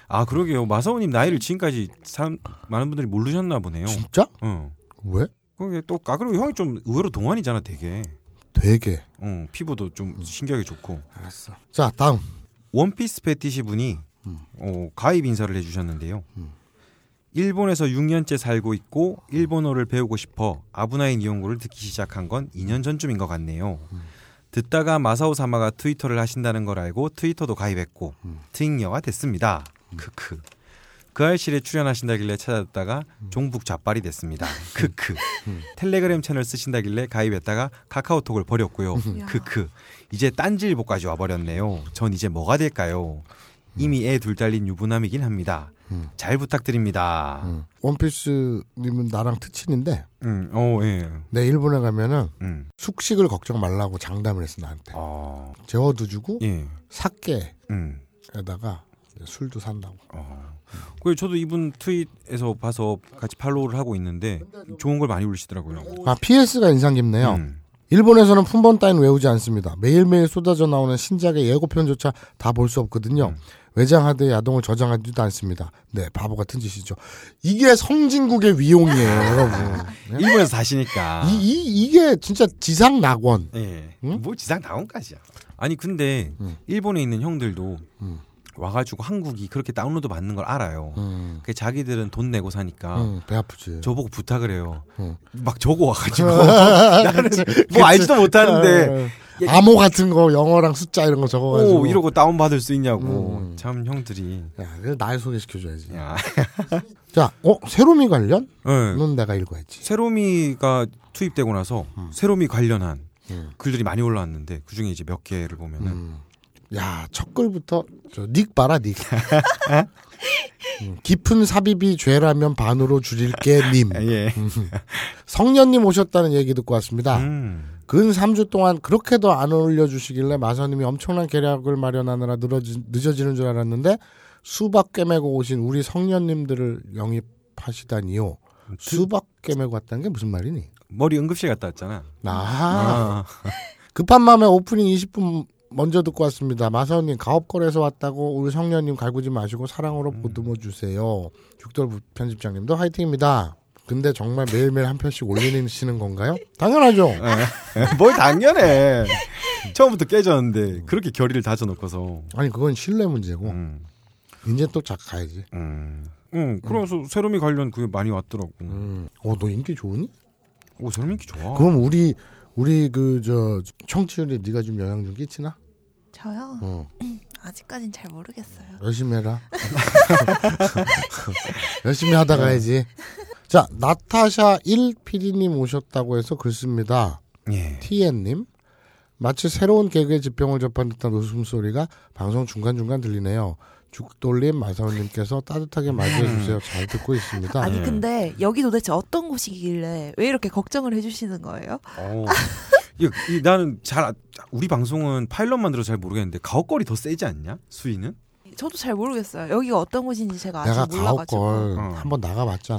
Speaker 4: 아, 그러게요. 마사오님 나이를 지금까지 사람, 많은 분들이 모르셨나 보네요.
Speaker 1: 진짜?
Speaker 4: 어.
Speaker 1: 왜?
Speaker 4: 그게 또, 아, 그리고 형이 좀 의외로 동안이잖아, 되게.
Speaker 1: 되게
Speaker 4: 어, 피부도 좀 신기하게 좋고.
Speaker 1: 알았어 자 다음
Speaker 4: 원피스 패티시 분이 어, 가입 인사를 해주셨는데요. 일본에서 6년째 살고 있고 일본어를 배우고 싶어 아브나인 이용고를 듣기 시작한 건 2년 전쯤인 것 같네요. 듣다가 마사오 사마가 트위터를 하신다는 걸 알고 트위터도 가입했고 트윙녀가 됐습니다. 크크. 그 알실에 출연하신다길래 찾아듣다가 종북 좌빨이 됐습니다. 크크. 텔레그램 채널 쓰신다길래 가입했다가 카카오톡을 버렸고요. 크크. 이제 딴지일보까지 와버렸네요. 전 이제 뭐가 될까요? 이미 애 둘 달린 유부남이긴 합니다. 잘 부탁드립니다. 음,
Speaker 1: 음. 원피스님은 나랑 특친인데
Speaker 4: 어, 예.
Speaker 1: 내 일본에 가면은
Speaker 4: 음.
Speaker 1: 숙식을 걱정 말라고 장담을 했어 나한테
Speaker 4: 아,
Speaker 1: 재워도 주고
Speaker 4: 예.
Speaker 1: 사케에다가
Speaker 4: 음.
Speaker 1: 술도 산다고
Speaker 4: 어. 그 저도 이분 트윗에서 봐서 같이 팔로우를 하고 있는데 좋은 걸 많이 올리시더라고요.
Speaker 1: 아 PS가 인상 깊네요
Speaker 4: 음.
Speaker 1: 일본에서는 품번 따윈 외우지 않습니다. 매일매일 쏟아져 나오는 신작의 예고편조차 다 볼 수 없거든요.
Speaker 4: 음.
Speaker 1: 외장하드에 야동을 저장하지도 않습니다. 네, 바보 같은 짓이죠. 이게 성진국의 위용이에요, 여러분. 네?
Speaker 4: 일본에서 사시니까.
Speaker 1: 이, 이, 이게 진짜 지상 낙원.
Speaker 4: 예.
Speaker 1: 응?
Speaker 4: 뭐 지상 나온까지야. 아니 근데 일본에 있는 형들도 와가지고 한국이 그렇게 다운로드 받는 걸 알아요.
Speaker 1: 음,
Speaker 4: 그 자기들은 돈 내고 사니까
Speaker 1: 음, 배 아프지.
Speaker 4: 저보고 부탁을 해요.
Speaker 1: 응.
Speaker 4: 막 적어 와가지고 나는 뭐 알지도 못하는데
Speaker 1: 어, 암호 같은 거, 영어랑 숫자 이런 거 적어가지고.
Speaker 4: 오 이러고 다운 받을 수 있냐고
Speaker 1: 음.
Speaker 4: 참 형들이.
Speaker 1: 야, 그래, 날 소개시켜줘야지.
Speaker 4: 야.
Speaker 1: 자, 어, 세로미 관련은
Speaker 4: 예.
Speaker 1: 내가 읽어야지.
Speaker 4: 세로미가 투입되고 나서 세로미 관련한
Speaker 1: 음.
Speaker 4: 글들이 많이 올라왔는데 그 중에 이제 몇 개를 보면은
Speaker 1: 음. 야, 첫 글부터 저 닉 봐라 닉. 음, 깊은 삽입이 죄라면 반으로 줄일게 님. 음.
Speaker 4: 예.
Speaker 1: 성년님 오셨다는 얘기 듣고 왔습니다.
Speaker 4: 음.
Speaker 1: 근 3주 동안 그렇게도 안 올려주시길래 마사님이 엄청난 계략을 마련하느라 늘어지, 늦어지는 줄 알았는데 수박 꿰매고 오신 우리 성년님들을 영입하시다니요. 수박 꿰매고 왔다는 게 무슨 말이니?
Speaker 4: 머리 응급실 갔다 왔잖아.
Speaker 1: 아. 급한 마음에 오프닝 20분 먼저 듣고 왔습니다. 마사오님 가업거래에서 왔다고 우리 성녀님 갈구지 마시고 사랑으로 보듬어 주세요. 죽돌 편집장님도 화이팅입니다. 근데 정말 매일매일 한 편씩 올리시는 건가요? 당연하죠.
Speaker 4: 뭘 당연해. 처음부터 깨졌는데 그렇게 결의를 다져놓고서.
Speaker 1: 아니 그건 신뢰 문제고
Speaker 4: 음.
Speaker 1: 이제 또 작 가야지.
Speaker 4: 음. 응, 그래서 세롬이 관련 그게 많이 왔더라고.
Speaker 1: 음. 어너 인기 좋으니?
Speaker 4: 오, 세롬 인기 좋아.
Speaker 1: 그럼 우리 우리 그 저 청취율에 네가 좀 영향 좀 끼치나?
Speaker 6: 저요?
Speaker 1: 어
Speaker 6: 아직까진 잘 모르겠어요.
Speaker 1: 열심히 해라. 열심히 하다 가야지. 자 나타샤 1 PD님 오셨다고 해서 글 씁니다.
Speaker 4: 예.
Speaker 1: TN님 마치 새로운 개그의 지평을 접한 듯한 웃음소리가 방송 중간중간 들리네요. 죽돌림 마사오님께서 따뜻하게 맞이해주세요. 잘 듣고 있습니다.
Speaker 6: 아니 근데 여기 도대체 어떤 곳이길래 왜 이렇게 걱정을 해주시는 거예요?
Speaker 4: 어. 이, 이, 나는 잘 아- 우리 방송은 파일럿만 들어 서잘 모르겠는데 가옥걸이 더 세지 않냐? 수위는?
Speaker 6: 저도 잘 모르겠어요. 여기가 어떤 곳인지 제가 아직
Speaker 1: 내가
Speaker 6: 몰라가지고.
Speaker 1: 가옥걸
Speaker 4: 어.
Speaker 1: 한번 나가봤잖아.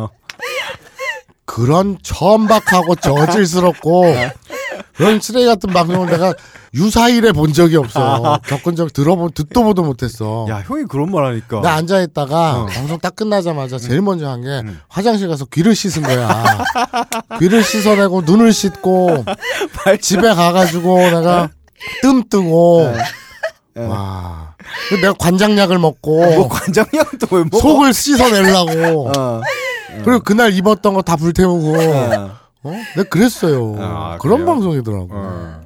Speaker 1: 그런 천박하고 저질스럽고
Speaker 4: 네.
Speaker 1: 그런 쓰레기 같은 방송을 내가 유사일에 본 적이 없어. 겪은 적 들어본 듣도 보도 못했어.
Speaker 4: 야, 형이 그런 말 하니까.
Speaker 1: 나 앉아 있다가
Speaker 4: 어.
Speaker 1: 방송 딱 끝나자마자 제일 먼저 한 게
Speaker 4: 음.
Speaker 1: 화장실 가서 귀를 씻은 거야. 귀를 씻어내고 눈을 씻고 집에 가가지고
Speaker 4: 네.
Speaker 1: 내가 뜸 뜨고
Speaker 4: 예.
Speaker 1: 와. 근데 내가 관장약을 먹고
Speaker 4: 뭐 관장형도 왜 먹어?
Speaker 1: 속을 씻어내려고
Speaker 4: 어.
Speaker 1: 그리고 그날 입었던 거 다 불태우고
Speaker 4: 어.
Speaker 1: 어? 내가 그랬어요.
Speaker 4: 아,
Speaker 1: 그런
Speaker 4: 그래요?
Speaker 1: 방송이더라고.
Speaker 4: 어.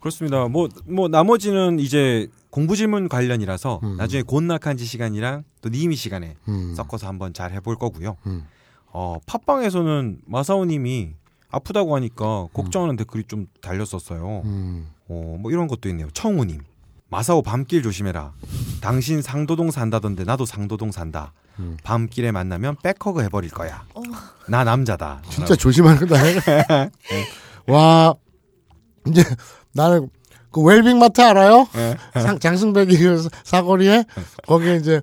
Speaker 4: 그렇습니다. 뭐 뭐 나머지는 이제 공부 질문 관련이라서
Speaker 1: 음.
Speaker 4: 나중에 곤낙한지 시간이랑 또 니미 시간에
Speaker 1: 음.
Speaker 4: 섞어서 한번 잘 해볼 거고요.
Speaker 1: 음.
Speaker 4: 어, 팟빵에서는 마사오님이 아프다고 하니까 걱정하는 댓글이 좀 달렸었어요.
Speaker 1: 음.
Speaker 4: 어, 뭐 이런 것도 있네요. 청우님. 마사오 밤길 조심해라. 당신 상도동 산다던데 나도 상도동 산다.
Speaker 1: 음.
Speaker 4: 밤길에 만나면 백허그 해버릴 거야.
Speaker 6: 어머.
Speaker 4: 나 남자다.
Speaker 1: 진짜 조심하는다.
Speaker 4: 네.
Speaker 1: 와 이제 나는 그 웰빙 마트 알아요?
Speaker 4: 네.
Speaker 1: 상- 장승백이 그 사거리에 거기에 이제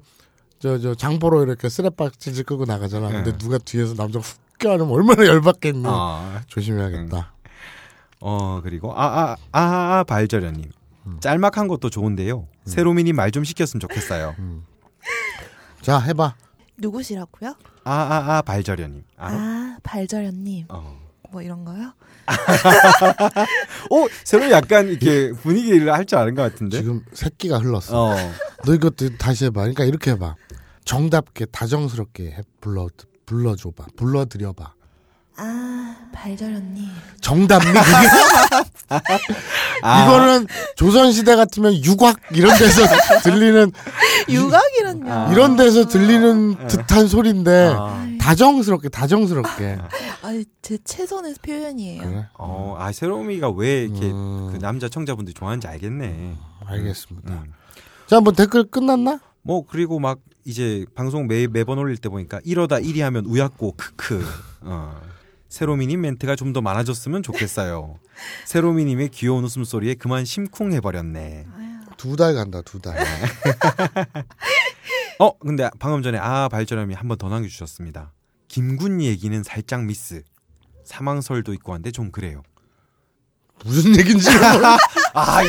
Speaker 1: 저 저 장보러 이렇게 쓰레박질 끄고 나가잖아. 근데
Speaker 4: 네.
Speaker 1: 누가 뒤에서 남자 훅 껴안으면 얼마나 열받겠니?
Speaker 4: 아,
Speaker 1: 조심해야겠다.
Speaker 4: 어 그리고 아아아 아, 아, 아, 발저려님 짤막한 것도 좋은데요. 세로미님 말 좀 시켰으면 좋겠어요. 음.
Speaker 1: 자 해봐.
Speaker 6: 누구시라고요?
Speaker 4: 아아아 발저려님. 아,
Speaker 6: 아, 발저련님.
Speaker 4: 어.
Speaker 6: 뭐 이런 거요?
Speaker 4: 어 세로 약간 이렇게 분위기를 할 줄 아는 것 같은데.
Speaker 1: 지금 새끼가 흘렀어.
Speaker 4: 어.
Speaker 1: 너 이것도 다시 해봐. 그러니까 이렇게 해봐. 정답게 다정스럽게 해. 불러 불러줘봐. 불러드려봐.
Speaker 6: 아, 발저련님.
Speaker 1: 정답니 그게?
Speaker 4: 아,
Speaker 1: 이거는 조선시대 같으면 유곽 이런 데서 들리는
Speaker 6: 유각이란요.
Speaker 4: 아. 네.
Speaker 1: 이런 데서 들리는 듯한 소리인데
Speaker 4: 아,
Speaker 1: 다정스럽게 다정스럽게
Speaker 6: 아니, 제 최선의 표현이에요.
Speaker 1: 그래?
Speaker 4: 어, 아 세로미가 왜 이렇게
Speaker 1: 음.
Speaker 4: 그 남자 청자분들 좋아하는지 알겠네.
Speaker 1: 알겠습니다.
Speaker 4: 음.
Speaker 1: 자, 뭐 댓글 끝났나?
Speaker 4: 뭐 그리고 막 이제 방송 매 매번 올릴 때 보니까 이러다 1위 하면 우약고 크크. 어. 세로미님 멘트가 좀 더 많아졌으면 좋겠어요. 세로미님의 귀여운 웃음 소리에 그만 심쿵해 버렸네.
Speaker 1: 두 달 간다 두 달.
Speaker 4: 어 근데 방금 전에 아 발전함이 한 번 더 남겨주셨습니다. 김군 얘기는 살짝 미스. 사망설도 있고 한데 좀 그래요.
Speaker 1: 무슨 얘긴지 몰라.
Speaker 4: 아,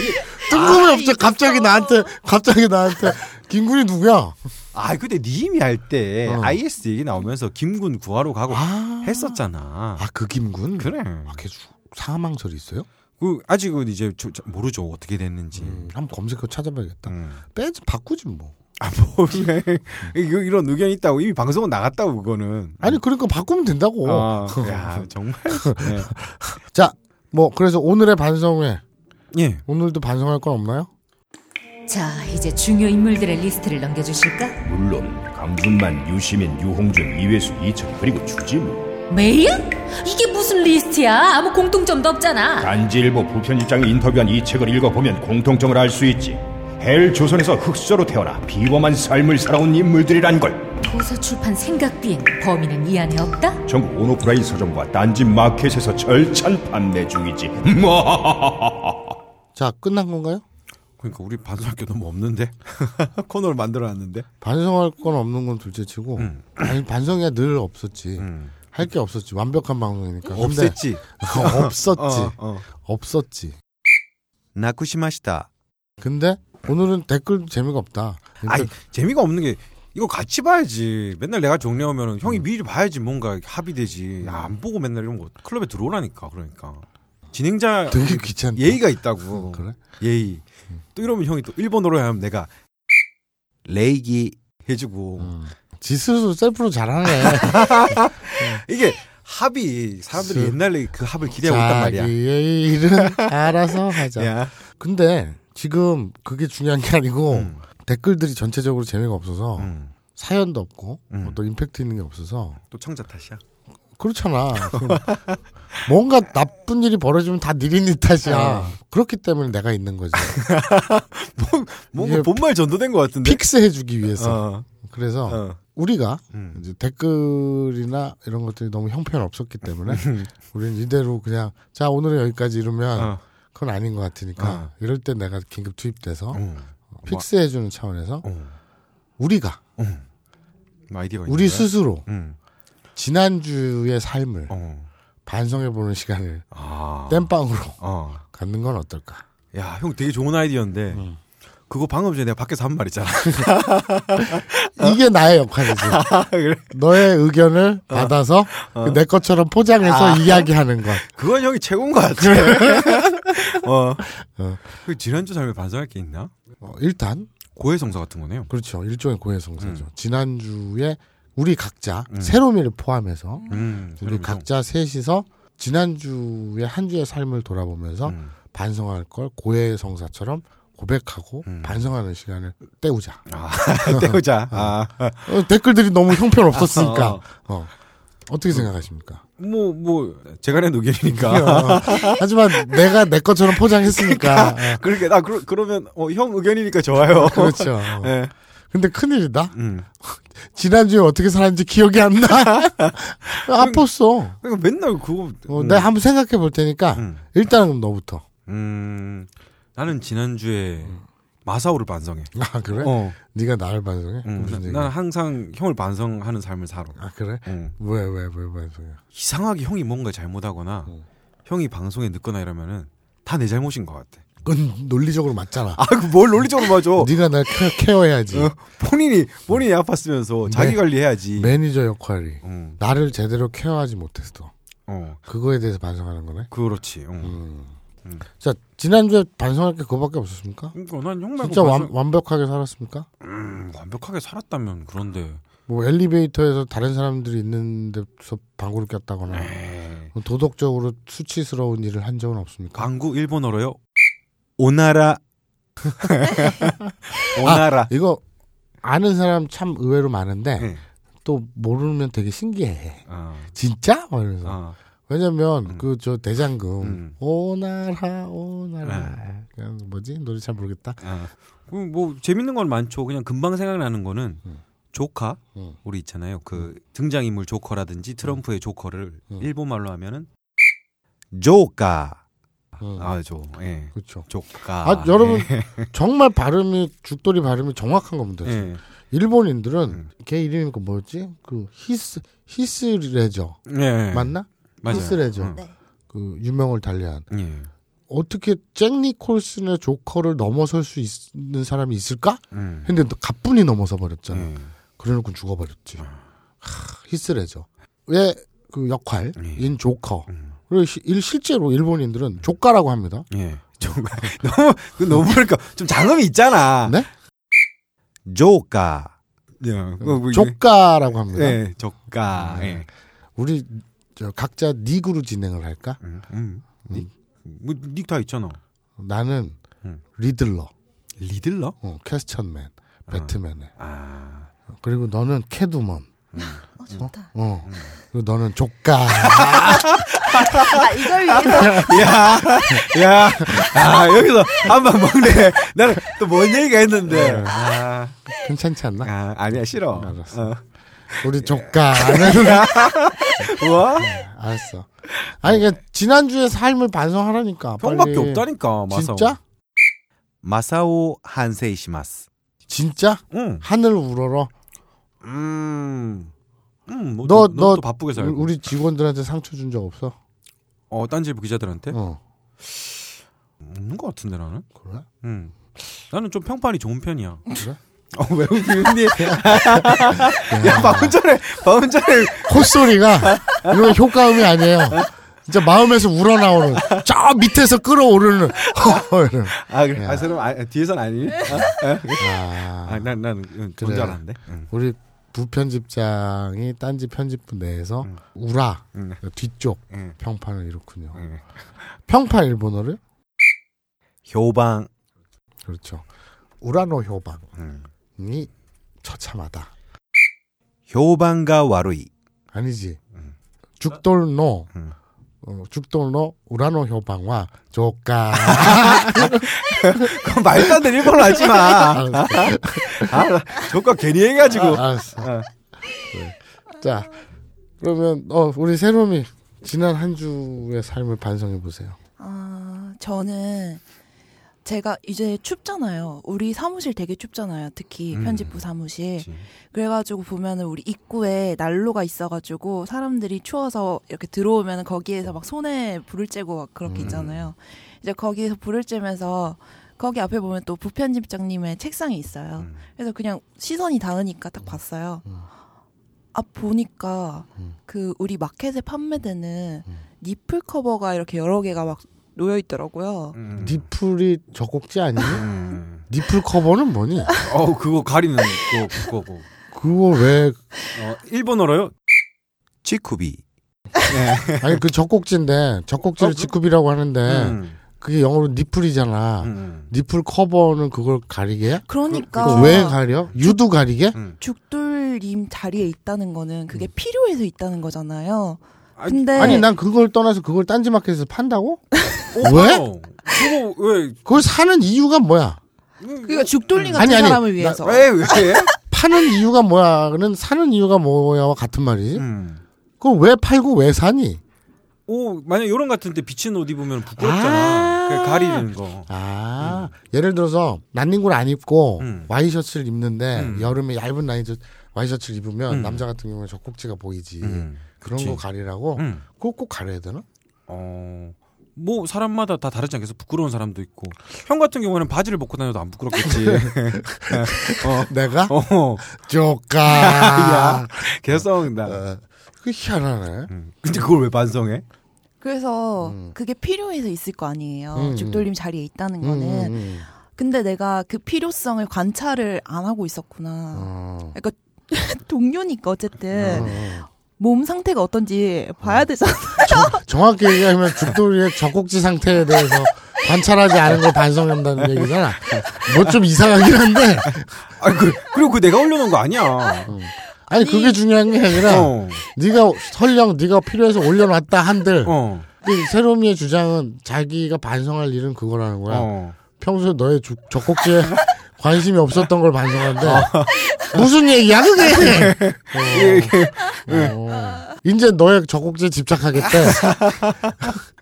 Speaker 1: 뜬금없죠. 갑자기 나한테 갑자기 나한테 김군이 누구야?
Speaker 4: 아 근데 님이 할 때
Speaker 1: 어.
Speaker 4: IS 얘기 나오면서 김군 구하러 가고
Speaker 1: 아,
Speaker 4: 했었잖아.
Speaker 1: 아 그 김군?
Speaker 4: 그래.
Speaker 1: 아, 걔 수- 사망설이 있어요?
Speaker 4: 그 아직은 이제 저- 저 모르죠 어떻게 됐는지.
Speaker 1: 음, 한번 검색하고 찾아봐야겠다.
Speaker 4: 음.
Speaker 1: 빼지 바꾸지 뭐.
Speaker 4: 왜 아, 이거 이런 의견이 있다고 이미 방송은 나갔다고 그거는.
Speaker 1: 아니 그러니까 바꾸면 된다고.
Speaker 4: 아, 야 정말.
Speaker 1: 자, 뭐 그래서 오늘의 반성회
Speaker 4: 네. 예.
Speaker 1: 오늘도 반성할 건 없나요?
Speaker 7: 자, 이제 중요 인물들의 리스트를 넘겨주실까?
Speaker 8: 물론 강준만, 유시민, 유홍준, 이회수, 이철 그리고 주지무
Speaker 7: 메일? 이게 무슨 리스트야? 아무 공통점도 없잖아.
Speaker 8: 단지일보 부편집장이 인터뷰한 이 책을 읽어보면 공통점을 알 수 있지 헬 조선에서 흑수저로 태어나 비범한 삶을 살아온 인물들이란 걸
Speaker 7: 도서 출판 생각 비행 범인은 이 안에 없다?
Speaker 8: 전국 온오프라인 서점과 단지 마켓에서 절찬 판매 중이지
Speaker 1: 자, 끝난 건가요?
Speaker 4: 그러니까 우리 반성할 게 너무 없는데 코너를 만들어놨는데.
Speaker 1: 반성할 건 없는 건 둘째치고 아니 반성이야 늘 없었지.
Speaker 4: 음.
Speaker 1: 할 게 없었지. 완벽한 방송이니까. 근데
Speaker 4: 없앴지.
Speaker 1: 없었지.
Speaker 4: 어, 어.
Speaker 1: 없었지.
Speaker 4: 나쿠시마시다.
Speaker 1: 근데 오늘은 댓글도 재미가 없다. 그러니까
Speaker 4: 아니 재미가 없는 게 이거 같이 봐야지. 맨날 내가 정리하면 형이 미리 봐야지 뭔가 합의되지. 야, 안 보고 맨날 이런 거 클럽에 들어오라니까 그러니까 진행자
Speaker 1: 되게 귀찮다.
Speaker 4: 예의가 있다고.
Speaker 1: 그래?
Speaker 4: 예의. 또 이러면 형이 또 일본어로 하면 내가 레이기 해주고
Speaker 1: 음. 지 스스로 셀프로 잘하네.
Speaker 4: 이게 합이 사람들이
Speaker 1: 수-
Speaker 4: 옛날에 그 합을 기대하고 있단 말이야.
Speaker 1: 자기의 일은 알아서 하자.
Speaker 4: 야.
Speaker 1: 근데 지금 그게 중요한 게 아니고
Speaker 4: 음.
Speaker 1: 댓글들이 전체적으로 재미가 없어서
Speaker 4: 음.
Speaker 1: 사연도 없고
Speaker 4: 음.
Speaker 1: 또 임팩트 있는 게 없어서
Speaker 4: 또 청자 탓이야.
Speaker 1: 그렇잖아. 그럼 뭔가 나쁜 일이 벌어지면 다 니린이 탓이야.
Speaker 4: 어.
Speaker 1: 그렇기 때문에 내가 있는
Speaker 4: 아,
Speaker 1: 거지.
Speaker 4: 뭔가
Speaker 1: 이게
Speaker 4: 본말 전도된 것 같은데.
Speaker 1: 픽스해주기
Speaker 4: 어.
Speaker 1: 위해서. 그래서
Speaker 4: 어.
Speaker 1: 우리가
Speaker 4: 음.
Speaker 1: 이제 댓글이나 이런 것들이 너무 형편없었기 때문에 우리는 이대로 그냥 자 오늘은 여기까지 이러면
Speaker 4: 어.
Speaker 1: 그건 아닌 것 같으니까 이럴 때 내가 긴급 투입돼서
Speaker 4: 음.
Speaker 1: 픽스해주는 차원에서
Speaker 4: 어.
Speaker 1: 우리가
Speaker 4: 뭐 아이디어가
Speaker 1: 우리
Speaker 4: 있는 거야?
Speaker 1: 스스로
Speaker 4: 음.
Speaker 1: 지난주의 삶을
Speaker 4: 어.
Speaker 1: 반성해보는 시간을
Speaker 4: 아.
Speaker 1: 땜빵으로
Speaker 4: 어.
Speaker 1: 갖는 건 어떨까?
Speaker 4: 야, 형 되게 좋은 아이디어인데. 그거 방금 전에 내가 밖에서 한 말이잖아.
Speaker 1: 이게 나의 역할이지.
Speaker 4: 아, 그래? 어.
Speaker 1: 너의 의견을 받아서 내 것처럼 포장해서
Speaker 4: 아.
Speaker 1: 이야기하는 것.
Speaker 4: 그건 형이 최고인 것 같아. 어. 그 지난주 삶에 반성할 게 있나?
Speaker 1: 어, 일단
Speaker 4: 고해성사 같은 거네요.
Speaker 1: 그렇죠. 일종의 고해성사죠. 지난주에 우리 각자 세로미를 포함해서
Speaker 4: 음.
Speaker 1: 우리 각자 셋이서 지난주에 한 주의 삶을 돌아보면서
Speaker 4: 음.
Speaker 1: 반성할 걸 고해성사처럼 고백하고 반성하는 시간을 때우자.
Speaker 2: 때우자. 아.
Speaker 1: 어, 댓글들이 너무 형편 없었으니까.
Speaker 2: 어.
Speaker 1: 어. 어떻게 생각하십니까?
Speaker 2: 뭐, 뭐, 제가 낸 의견이니까.
Speaker 1: 어, 하지만 내가 내 것처럼 포장했으니까. 어,
Speaker 2: 그렇게, 나, 그러, 그러면, 어, 형 의견이니까 좋아요.
Speaker 1: 그렇죠.
Speaker 2: 예.
Speaker 1: 근데 큰일이다.
Speaker 2: 음.
Speaker 1: 지난주에 어떻게 살았는지 기억이 안 나. 아팠어.
Speaker 2: 그러니까 맨날 그거.
Speaker 1: 어,
Speaker 2: 음.
Speaker 1: 내가 한번 생각해 볼 테니까
Speaker 2: 음.
Speaker 1: 일단은 그럼 너부터.
Speaker 2: 음, 나는 지난주에 마사오를 반성해.
Speaker 1: 아 그래?
Speaker 2: 어.
Speaker 1: 네가 나를 반성해?
Speaker 2: 음,
Speaker 1: 무슨
Speaker 2: 나-
Speaker 1: 얘기?
Speaker 2: 난 항상 형을 반성하는 삶을 살아.
Speaker 1: 아 그래?
Speaker 2: 음.
Speaker 1: 왜 왜 왜 반성해?
Speaker 2: 이상하게 형이 뭔가 잘못하거나
Speaker 1: 음.
Speaker 2: 형이 방송에 늦거나 이러면은 다 내 잘못인 것 같아.
Speaker 1: 그건 논리적으로 맞잖아. 어.
Speaker 2: 아, 그 뭘 논리적으로 봐줘.
Speaker 1: 네가 날 케- 케어해야지.
Speaker 2: 어, 본인이 본인이 아팠으면서 자기
Speaker 1: 네.
Speaker 2: 관리해야지.
Speaker 1: 매니저 역할이
Speaker 2: 음,
Speaker 1: 나를 제대로 케어하지 못했어.
Speaker 2: 어,
Speaker 1: 그거에 대해서 반성하는 거네.
Speaker 2: 그렇지. 음.
Speaker 1: 자 지난주에 반성할 게 그거밖에 없었습니까?
Speaker 2: 그러니까 난형 말고
Speaker 1: 음. 진짜 완,
Speaker 2: 완성-
Speaker 1: 완벽하게 살았습니까?
Speaker 2: 음, 완벽하게 살았다면 그런데
Speaker 1: 뭐 엘리베이터에서 다른 사람들이 있는 데서 방구를 꼈다거나
Speaker 2: 에이,
Speaker 1: 도덕적으로 수치스러운 일을 한 적은 없습니까?
Speaker 2: 광고 일본어로요. 오나라. 오나라.
Speaker 1: 이거 아는 사람 참 의외로 많은데
Speaker 2: 네.
Speaker 1: 또 모르면 되게 신기해.
Speaker 2: 아,
Speaker 1: 진짜? 막 이러면서.
Speaker 2: 아,
Speaker 1: 왜냐면
Speaker 2: 음.
Speaker 1: 그 저 대장금
Speaker 2: 음. 네.
Speaker 1: 오나라 오나라 그냥 뭐지 노래 잘 모르겠다.
Speaker 2: 아. 그럼 뭐 재밌는 건 많죠. 그냥 금방 생각나는 거는
Speaker 1: 음.
Speaker 2: 조카
Speaker 1: 음.
Speaker 2: 우리 있잖아요. 그 등장인물 조커라든지 트럼프의 조커를
Speaker 1: 음.
Speaker 2: 일본 말로 하면은 조카.
Speaker 1: 음.
Speaker 2: 아죠. 예.
Speaker 1: 그렇죠.
Speaker 2: 조카.
Speaker 1: 아, 여러분
Speaker 2: 예.
Speaker 1: 정말 발음이 죽돌이 발음이 정확한 겁니다.
Speaker 2: 예.
Speaker 1: 일본인들은
Speaker 2: 음.
Speaker 1: 걔 이름이 그 뭐였지? 그 히스 히스레저
Speaker 2: 예.
Speaker 1: 맞나?
Speaker 2: 맞아요.
Speaker 1: 히스레저
Speaker 2: 음.
Speaker 6: 네.
Speaker 1: 그 유명을 달리한
Speaker 2: 예.
Speaker 1: 어떻게 잭 니콜슨의 조커를 넘어설 수 있는 사람이 있을까?
Speaker 2: 음.
Speaker 1: 근데 또 가뿐히 넘어서 버렸잖아.
Speaker 2: 예.
Speaker 1: 그래놓고 죽어버렸지.
Speaker 2: 아.
Speaker 1: 하, 히스레저. 왜 그
Speaker 2: 예.
Speaker 1: 역할인 조커.
Speaker 2: 음.
Speaker 1: 그리고 시- 일- 실제로 일본인들은 조카라고 합니다.
Speaker 2: 예. 조카. 너무 그 너무 그러니까 좀 장음이 있잖아.
Speaker 1: 네?
Speaker 2: 조카. 예. 그거 뭐 이게-
Speaker 1: 조카라고 합니다.
Speaker 2: 예. 조카. 예.
Speaker 1: 우리 저 각자 닉으로 진행을 할까?
Speaker 2: 음. 음. 닉? 뭐, 닉다 있잖아.
Speaker 1: 나는
Speaker 2: 음.
Speaker 1: 리들러,
Speaker 2: 리들러?
Speaker 1: 어, 캐스천맨, 배트맨에.
Speaker 2: 아. 음.
Speaker 1: 그리고 너는 캐두먼.
Speaker 6: 어, 좋다.
Speaker 1: 어. 그리고 너는 조카.
Speaker 6: 아, 이걸 위해서
Speaker 2: 야, 야, 아, 여기서 한방 먹네. 나는 또 뭔 얘기가 했는데. 아,
Speaker 1: 괜찮지 않나?
Speaker 2: 아 아니야, 싫어.
Speaker 1: 알았어.
Speaker 2: 어.
Speaker 1: 우리 조카는
Speaker 2: 우와?
Speaker 1: 아, 알았어. 아니 그러니까 지난주에 삶을 반성하라니까.
Speaker 2: 형밖에
Speaker 1: 빨리.
Speaker 2: 없다니까, 마사오.
Speaker 1: 진짜?
Speaker 2: 마사오 한세이시마스.
Speaker 1: 진짜?
Speaker 2: 응.
Speaker 1: 하늘 우러러.
Speaker 2: 음. 음, 뭐,
Speaker 1: 너-
Speaker 2: 너,
Speaker 1: 너-
Speaker 2: 너, 바쁘게
Speaker 1: 우리,
Speaker 2: 살고.
Speaker 1: 우리 직원들한테 상처 준 적 없어?
Speaker 2: 어, 딴지부 기자들한테?
Speaker 1: 어.
Speaker 2: 없는 것 같은데, 나는.
Speaker 1: 그래?
Speaker 2: 음. 나는 좀 평판이 좋은 편이야.
Speaker 1: 그래?
Speaker 2: 어, 왜 웃니? 야, 방금 전에, 방금 전에
Speaker 1: 콧소리가 이거 효과음이 아니에요. 진짜 마음에서 우러나오는 저 밑에서 끌어오르는 허허 이런.
Speaker 2: 아, 그래. 아, 그럼 아, 뒤에선 아니니? 아, 아,
Speaker 1: 아,
Speaker 2: 아, 난, 난, 응,
Speaker 1: 그래.
Speaker 2: 뭔줄 알았는데. 응.
Speaker 1: 우리 부편집장이 딴지 편집부 내에서
Speaker 2: 음.
Speaker 1: 우라
Speaker 2: 음.
Speaker 1: 뒤쪽
Speaker 2: 응.
Speaker 1: 평판을 이렇군요.
Speaker 2: 응.
Speaker 1: 평판 일본어를
Speaker 2: 효방.
Speaker 1: 그렇죠. 우라노 효방이
Speaker 2: 응.
Speaker 1: 처참하다.
Speaker 2: 효방가 와루이.
Speaker 1: 아니지.
Speaker 2: 음.
Speaker 1: 죽돌노.
Speaker 2: 음.
Speaker 1: 어, 죽돌노 우라노 효방화 조카.
Speaker 2: 그건 말도 안 되는 일본어 하지 마.
Speaker 1: 알았어.
Speaker 2: 아, 조카 괜히 해가지고.
Speaker 1: 알았어.
Speaker 2: 어.
Speaker 1: 그래. 자, 그러면 어 우리 새롬이 지난 한 주의 삶을 반성해 보세요.
Speaker 6: 아, 저는 제가 이제 춥잖아요. 우리 사무실 되게 춥잖아요. 특히
Speaker 2: 음.
Speaker 6: 편집부 사무실.
Speaker 2: 그치.
Speaker 6: 그래가지고 보면은 우리 입구에 난로가 있어가지고 사람들이 추워서 이렇게 들어오면 거기에서 막 손에 불을 쬐고 막 그렇게 있잖아요. 이제 거기에서 불을 쬐면서 거기 앞에 보면 또 부편집장님의 책상이 있어요.
Speaker 2: 음.
Speaker 6: 그래서 그냥 시선이 닿으니까 딱 봤어요. 앞 보니까 그 우리 마켓에 판매되는 니플 커버가 이렇게 여러 개가 막 놓여 있더라고요.
Speaker 2: 음.
Speaker 1: 니플이 저꼭지 아니니?
Speaker 2: 음.
Speaker 1: 니플 커버는 뭐니?
Speaker 2: 어우, 그거 가리는 거, 그거고.
Speaker 1: 그거 왜?
Speaker 2: 어, 일본어로요? 치쿠비.
Speaker 1: 아니 그 젖꼭지인데 젖꼭지를
Speaker 2: 어, 그-
Speaker 1: 직굽이라고 하는데
Speaker 2: 음.
Speaker 1: 그게 영어로 니플이잖아.
Speaker 2: 음,
Speaker 1: 니플 커버는 그걸 가리게?
Speaker 6: 그러니까
Speaker 1: 그거 왜 가려? 유도 가리게?
Speaker 2: 음.
Speaker 6: 죽돌님 자리에 있다는 거는 그게 필요해서 있다는 거잖아요.
Speaker 2: 아니,
Speaker 6: 근데
Speaker 1: 음. 아니 난 그걸 떠나서 그걸 딴지마켓에서 판다고?
Speaker 2: 어,
Speaker 1: 왜?
Speaker 2: 어. 그거 왜?
Speaker 1: 그걸 사는 이유가 뭐야?
Speaker 6: 그러니까 죽돌님
Speaker 1: 음.
Speaker 6: 같은
Speaker 1: 아니, 아니.
Speaker 6: 사람을
Speaker 1: 나-
Speaker 6: 위해서
Speaker 2: 왜 왜?
Speaker 1: 파는 이유가 뭐야는 사는 이유가 뭐야와 같은 말이지.
Speaker 2: 음.
Speaker 1: 그걸 왜 팔고 왜 사니?
Speaker 2: 오 만약 요런 같은 데 비친 옷 입으면 부끄럽잖아.
Speaker 1: 아.
Speaker 2: 그 가리는 거.
Speaker 1: 아 예를 들어서 난닝구를 안 입고
Speaker 2: 음.
Speaker 1: 와이셔츠를 입는데
Speaker 2: 음.
Speaker 1: 여름에 얇은 나이즈 와이셔츠를 입으면
Speaker 2: 음.
Speaker 1: 남자 같은 경우는 젖꼭지가 보이지.
Speaker 2: 음.
Speaker 1: 그런
Speaker 2: 그치.
Speaker 1: 거 가리라고?
Speaker 2: 음.
Speaker 1: 그거 꼭 가려야 되나?
Speaker 2: 어. 뭐 사람마다 다 다르지 않겠어? 부끄러운 사람도 있고 형 같은 경우에는 바지를 벗고 다녀도 안 부끄럽겠지.
Speaker 1: 내가?
Speaker 2: 어,
Speaker 1: 쪼까.
Speaker 2: 개성나.
Speaker 1: 어, 그 희한하네.
Speaker 2: 음. 근데 그걸 왜 반성해?
Speaker 6: 그래서
Speaker 1: 음.
Speaker 6: 그게 필요해서 있을 거 아니에요.
Speaker 1: 음,
Speaker 6: 죽돌님 자리에 있다는
Speaker 1: 음,
Speaker 6: 거는
Speaker 1: 음, 음.
Speaker 6: 근데 내가 그 필요성을 관찰을 안 하고 있었구나.
Speaker 1: 어.
Speaker 6: 그러니까 동료니까 어쨌든
Speaker 1: 어. 음.
Speaker 6: 몸 상태가 어떤지 봐야 되잖아.
Speaker 1: 정- 정확히 얘기하면 죽돌이의 젖꼭지 상태에 대해서 관찰하지 않은 걸 반성한다는 얘기잖아. 뭐 좀 이상하긴 한데.
Speaker 2: 아, 그, 그리고 그 내가 올려놓은 거 아니야.
Speaker 1: 아니 그게 중요한 게 아니라
Speaker 2: 어,
Speaker 1: 네가 설령 네가 필요해서 올려놨다 한들
Speaker 2: 어,
Speaker 1: 그 새로미의 주장은 자기가 반성할 일은 그거라는 거야.
Speaker 2: 어.
Speaker 1: 평소에 너의 주- 젖꼭지에 관심이 없었던 걸 반성한데
Speaker 2: 어.
Speaker 1: 무슨 얘기야 그게?
Speaker 2: 예,
Speaker 1: 어, 어. 이제 너의 젖꼭지에 집착하겠대.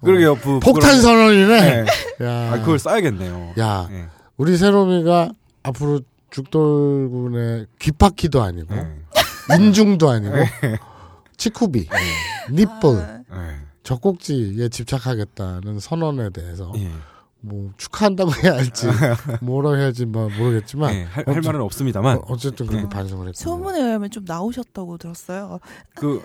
Speaker 2: 그러게요. 부,
Speaker 1: 폭탄
Speaker 2: 부끄러운-
Speaker 1: 선언이네.
Speaker 2: 네.
Speaker 1: 야,
Speaker 2: 아, 그걸 써야겠네요.
Speaker 1: 야,
Speaker 2: 예.
Speaker 1: 우리 새로미가 앞으로 죽돌군의 귓바퀴도 아니고
Speaker 2: 예.
Speaker 1: 인중도 아니고 치쿠비, 니뿔,
Speaker 2: 예.
Speaker 1: 젖꼭지에 집착하겠다는 선언에 대해서
Speaker 2: 예.
Speaker 1: 뭐 축하한다고 해야 할지 뭐라 해야 할지 뭐 모르겠지만
Speaker 2: 예. 할, 할
Speaker 1: 어쨌든-
Speaker 2: 말은 없습니다만
Speaker 1: 어, 어쨌든 그렇게
Speaker 2: 네.
Speaker 1: 반성을 했고
Speaker 6: 소문에 의하면 좀 나오셨다고 들었어요.
Speaker 2: 그,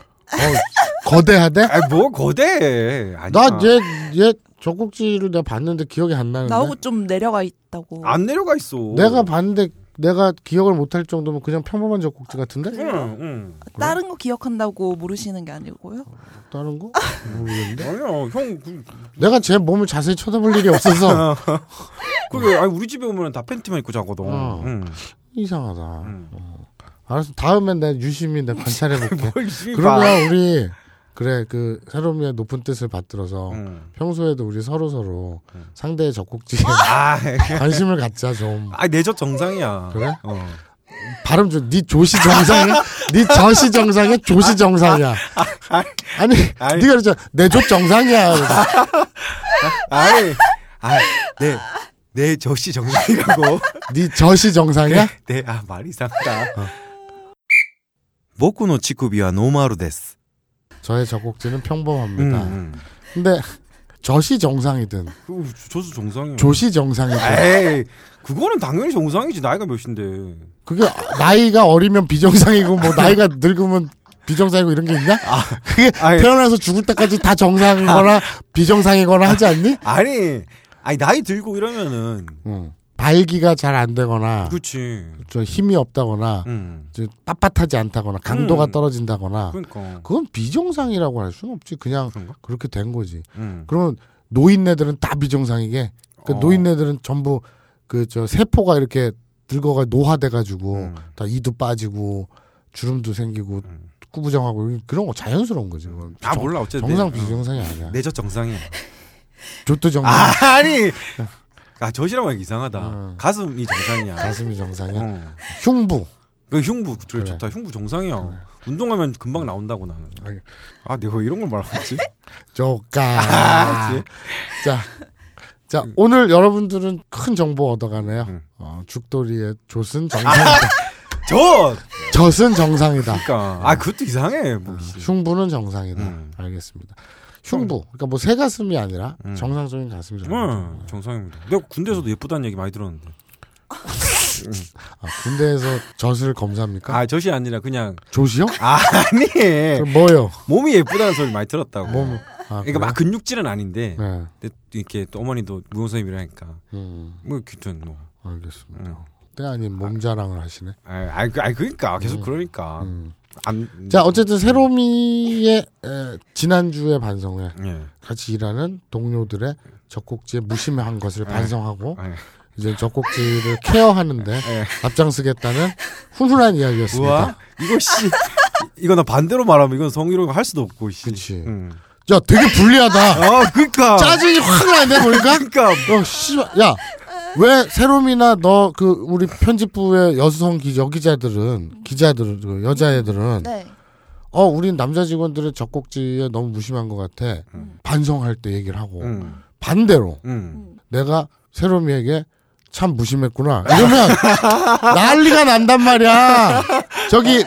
Speaker 1: 거대하대?
Speaker 2: 아, 뭐 거대. 아니야.
Speaker 1: 나얘얘 젖꼭지를 내가 봤는데 기억이 안 나는데
Speaker 6: 나오고 좀 내려가 있다고.
Speaker 2: 안 내려가 있어.
Speaker 1: 내가 봤는데 내가 기억을 못할 정도면 그냥 평범한 젖꼭지 같은데?
Speaker 6: 네.
Speaker 2: 응, 응.
Speaker 6: 다른 거 기억한다고 모르시는 게 아니고요.
Speaker 1: 다른 거? 모르겠는데.
Speaker 2: 아니야, 형. 그,
Speaker 1: 내가 제 몸을 자세히 쳐다볼 일이 없어서
Speaker 2: 그게 아니, 우리 집에 오면 다 팬티만 입고 자거든.
Speaker 1: 어.
Speaker 2: 응.
Speaker 1: 이상하다.
Speaker 2: 응.
Speaker 1: 알았어. 다음엔 내가 유심히 내가 관찰해볼게.
Speaker 2: 뭘 유심히 봐.
Speaker 1: 그러면 우리 그래 그 새로미의 높은 뜻을 받들어서
Speaker 2: 응.
Speaker 1: 평소에도 우리 서로 서로
Speaker 2: 음.
Speaker 1: 상대의 젖꼭지에
Speaker 2: 아,
Speaker 1: 관심을 갖자 좀.
Speaker 2: 아, 내저 정상이야.
Speaker 1: 그래?
Speaker 2: 어.
Speaker 1: 발음 좀, 니 조시 정상이야? 니 저시 정상이야? 조시
Speaker 2: 아,
Speaker 1: 정상이야? 아니,
Speaker 2: 아니. 아.
Speaker 1: 니가 그러잖아. 내조 정상이야. 그래서.
Speaker 2: 아이, 아, 네, 네, 저씨 정상이라고.
Speaker 1: 니 저시 정상이야?
Speaker 2: 네, 아, 말이 상다.
Speaker 1: 어.
Speaker 2: 보쿠노 치쿠비와 노마루 데스. 음,
Speaker 1: 저의 젖꼭지는 평범합니다. 근데, 저시 정상이든,
Speaker 2: 저수 그 정상이요.
Speaker 1: 조시 정상이든,
Speaker 2: 에이, 그거는 당연히 정상이지. 나이가 몇인데.
Speaker 1: 그게 나이가 어리면 비정상이고, 뭐, 나이가 늙으면 비정상이고 이런 게 있냐?
Speaker 2: 아,
Speaker 1: 그게
Speaker 2: 아니.
Speaker 1: 태어나서 죽을 때까지 다
Speaker 2: 아.
Speaker 1: 정상이거나 비정상이거나 하지 않니?
Speaker 2: 아니, 아니 나이 들고 이러면은
Speaker 1: 응. 음. 발기가 잘 안 되거나,
Speaker 2: 그렇지.
Speaker 1: 저 힘이 없다거나,
Speaker 2: 음,
Speaker 1: 저 빳빳하지 않다거나, 강도가
Speaker 2: 음.
Speaker 1: 떨어진다거나,
Speaker 2: 그러니까.
Speaker 1: 그건 비정상이라고 할 수는 없지. 그냥
Speaker 2: 그런가?
Speaker 1: 그렇게된 거지.
Speaker 2: 음.
Speaker 1: 그러면 노인네들은 다 비정상이게. 그
Speaker 2: 어.
Speaker 1: 노인네들은 전부 그 저 세포가 이렇게 늙어가 노화돼 가지고
Speaker 2: 음.
Speaker 1: 다 이도 빠지고 주름도 생기고
Speaker 2: 음.
Speaker 1: 구부정하고 그런 거 자연스러운 거지. 그건
Speaker 2: 아
Speaker 1: 정-
Speaker 2: 몰라 어쨌든
Speaker 1: 정상
Speaker 2: 내-
Speaker 1: 비정상이 아니야. 음.
Speaker 2: 내저 정상이야.
Speaker 1: 조도 정상,
Speaker 2: 네. 아, 아니, 아 저시라고 하기 이상하다.
Speaker 1: 음.
Speaker 2: 가슴이 정상이야.
Speaker 1: 가슴이 정상이야.
Speaker 2: 어.
Speaker 1: 흉부.
Speaker 2: 그 흉부 그래.
Speaker 1: 그래.
Speaker 2: 좋다. 흉부 정상이야. 운동하면 금방 나온다고 나는.
Speaker 1: 아니. 예.
Speaker 2: 아 내가 왜 이런 걸 말하고 있지?
Speaker 1: 조까.
Speaker 2: 아, 그치?
Speaker 1: 자, 자 오늘 여러분들은 큰 정보 얻어가네요.
Speaker 2: 음. 아.
Speaker 1: 어, 죽돌이의 조슨 정상이다.
Speaker 2: 저
Speaker 1: 젖은 정상이다.
Speaker 2: 그러니까 아 그것도 이상해. 뭐.
Speaker 1: 어. 흉부는 정상이다.
Speaker 2: 음.
Speaker 1: 알겠습니다. 흉부. 그러니까 뭐 새 가슴이 아니라
Speaker 2: 음. 뭐.
Speaker 1: 정상적인 가슴이라는
Speaker 2: 응,
Speaker 1: 거죠.
Speaker 2: 어, 정상입니다. 내가 군대에서도 예쁘다는 얘기 많이 들었는데.
Speaker 1: 아, 군대에서 젖을 검사합니까?
Speaker 2: 아 저시 아니라 그냥
Speaker 1: 조시요?
Speaker 2: 아, 아니
Speaker 1: 그럼 뭐요?
Speaker 2: 몸이 예쁘다는 소리 많이 들었다고.
Speaker 1: 몸. 아,
Speaker 2: 그러니까 막 근육질은 아닌데
Speaker 1: 그래요? 네.
Speaker 2: 근데 이렇게 또 어머니도 무용선생님이라니까
Speaker 1: 음,
Speaker 2: 뭐 귀튼 뭐.
Speaker 1: 알겠습니다.
Speaker 2: 응.
Speaker 1: 때 아닌 몸 자랑을 하시네.
Speaker 2: 아, 아, 그- 아, 그러니까 계속 그러니까.
Speaker 1: 음.
Speaker 2: 안,
Speaker 1: 자, 어쨌든 새로미의 에, 지난주에 반성회
Speaker 2: 예.
Speaker 1: 같이 일하는 동료들의 젖꼭지에 무심한 것을 반성하고
Speaker 2: 예.
Speaker 1: 이제 젖꼭지를 케어하는데 앞장서겠다는 훈훈한 이야기였습니다.
Speaker 2: 네. 우와 이거 씨 이거 나 반대로 말하면 이건 성희롱 할 수도 없고 씨.
Speaker 1: 그치.
Speaker 2: 음.
Speaker 1: 야 되게 불리하다.
Speaker 2: 아 그니까 그러니까.
Speaker 1: 짜증이 확 나네 보니까.
Speaker 2: 그니까
Speaker 1: 야, 씨발, 야. 왜 세롬이나 너 그 우리 편집부의 여성 기 여기자들은 기자들 그 여자애들은
Speaker 6: 네.
Speaker 1: 어 우린 남자 직원들의 젖꼭지에 너무 무심한 것 같아 반성할 때 얘기를 하고
Speaker 2: 음.
Speaker 1: 반대로
Speaker 2: 음.
Speaker 1: 내가 세롬이에게 참 무심했구나 이러면 난리가 난단 말이야 저기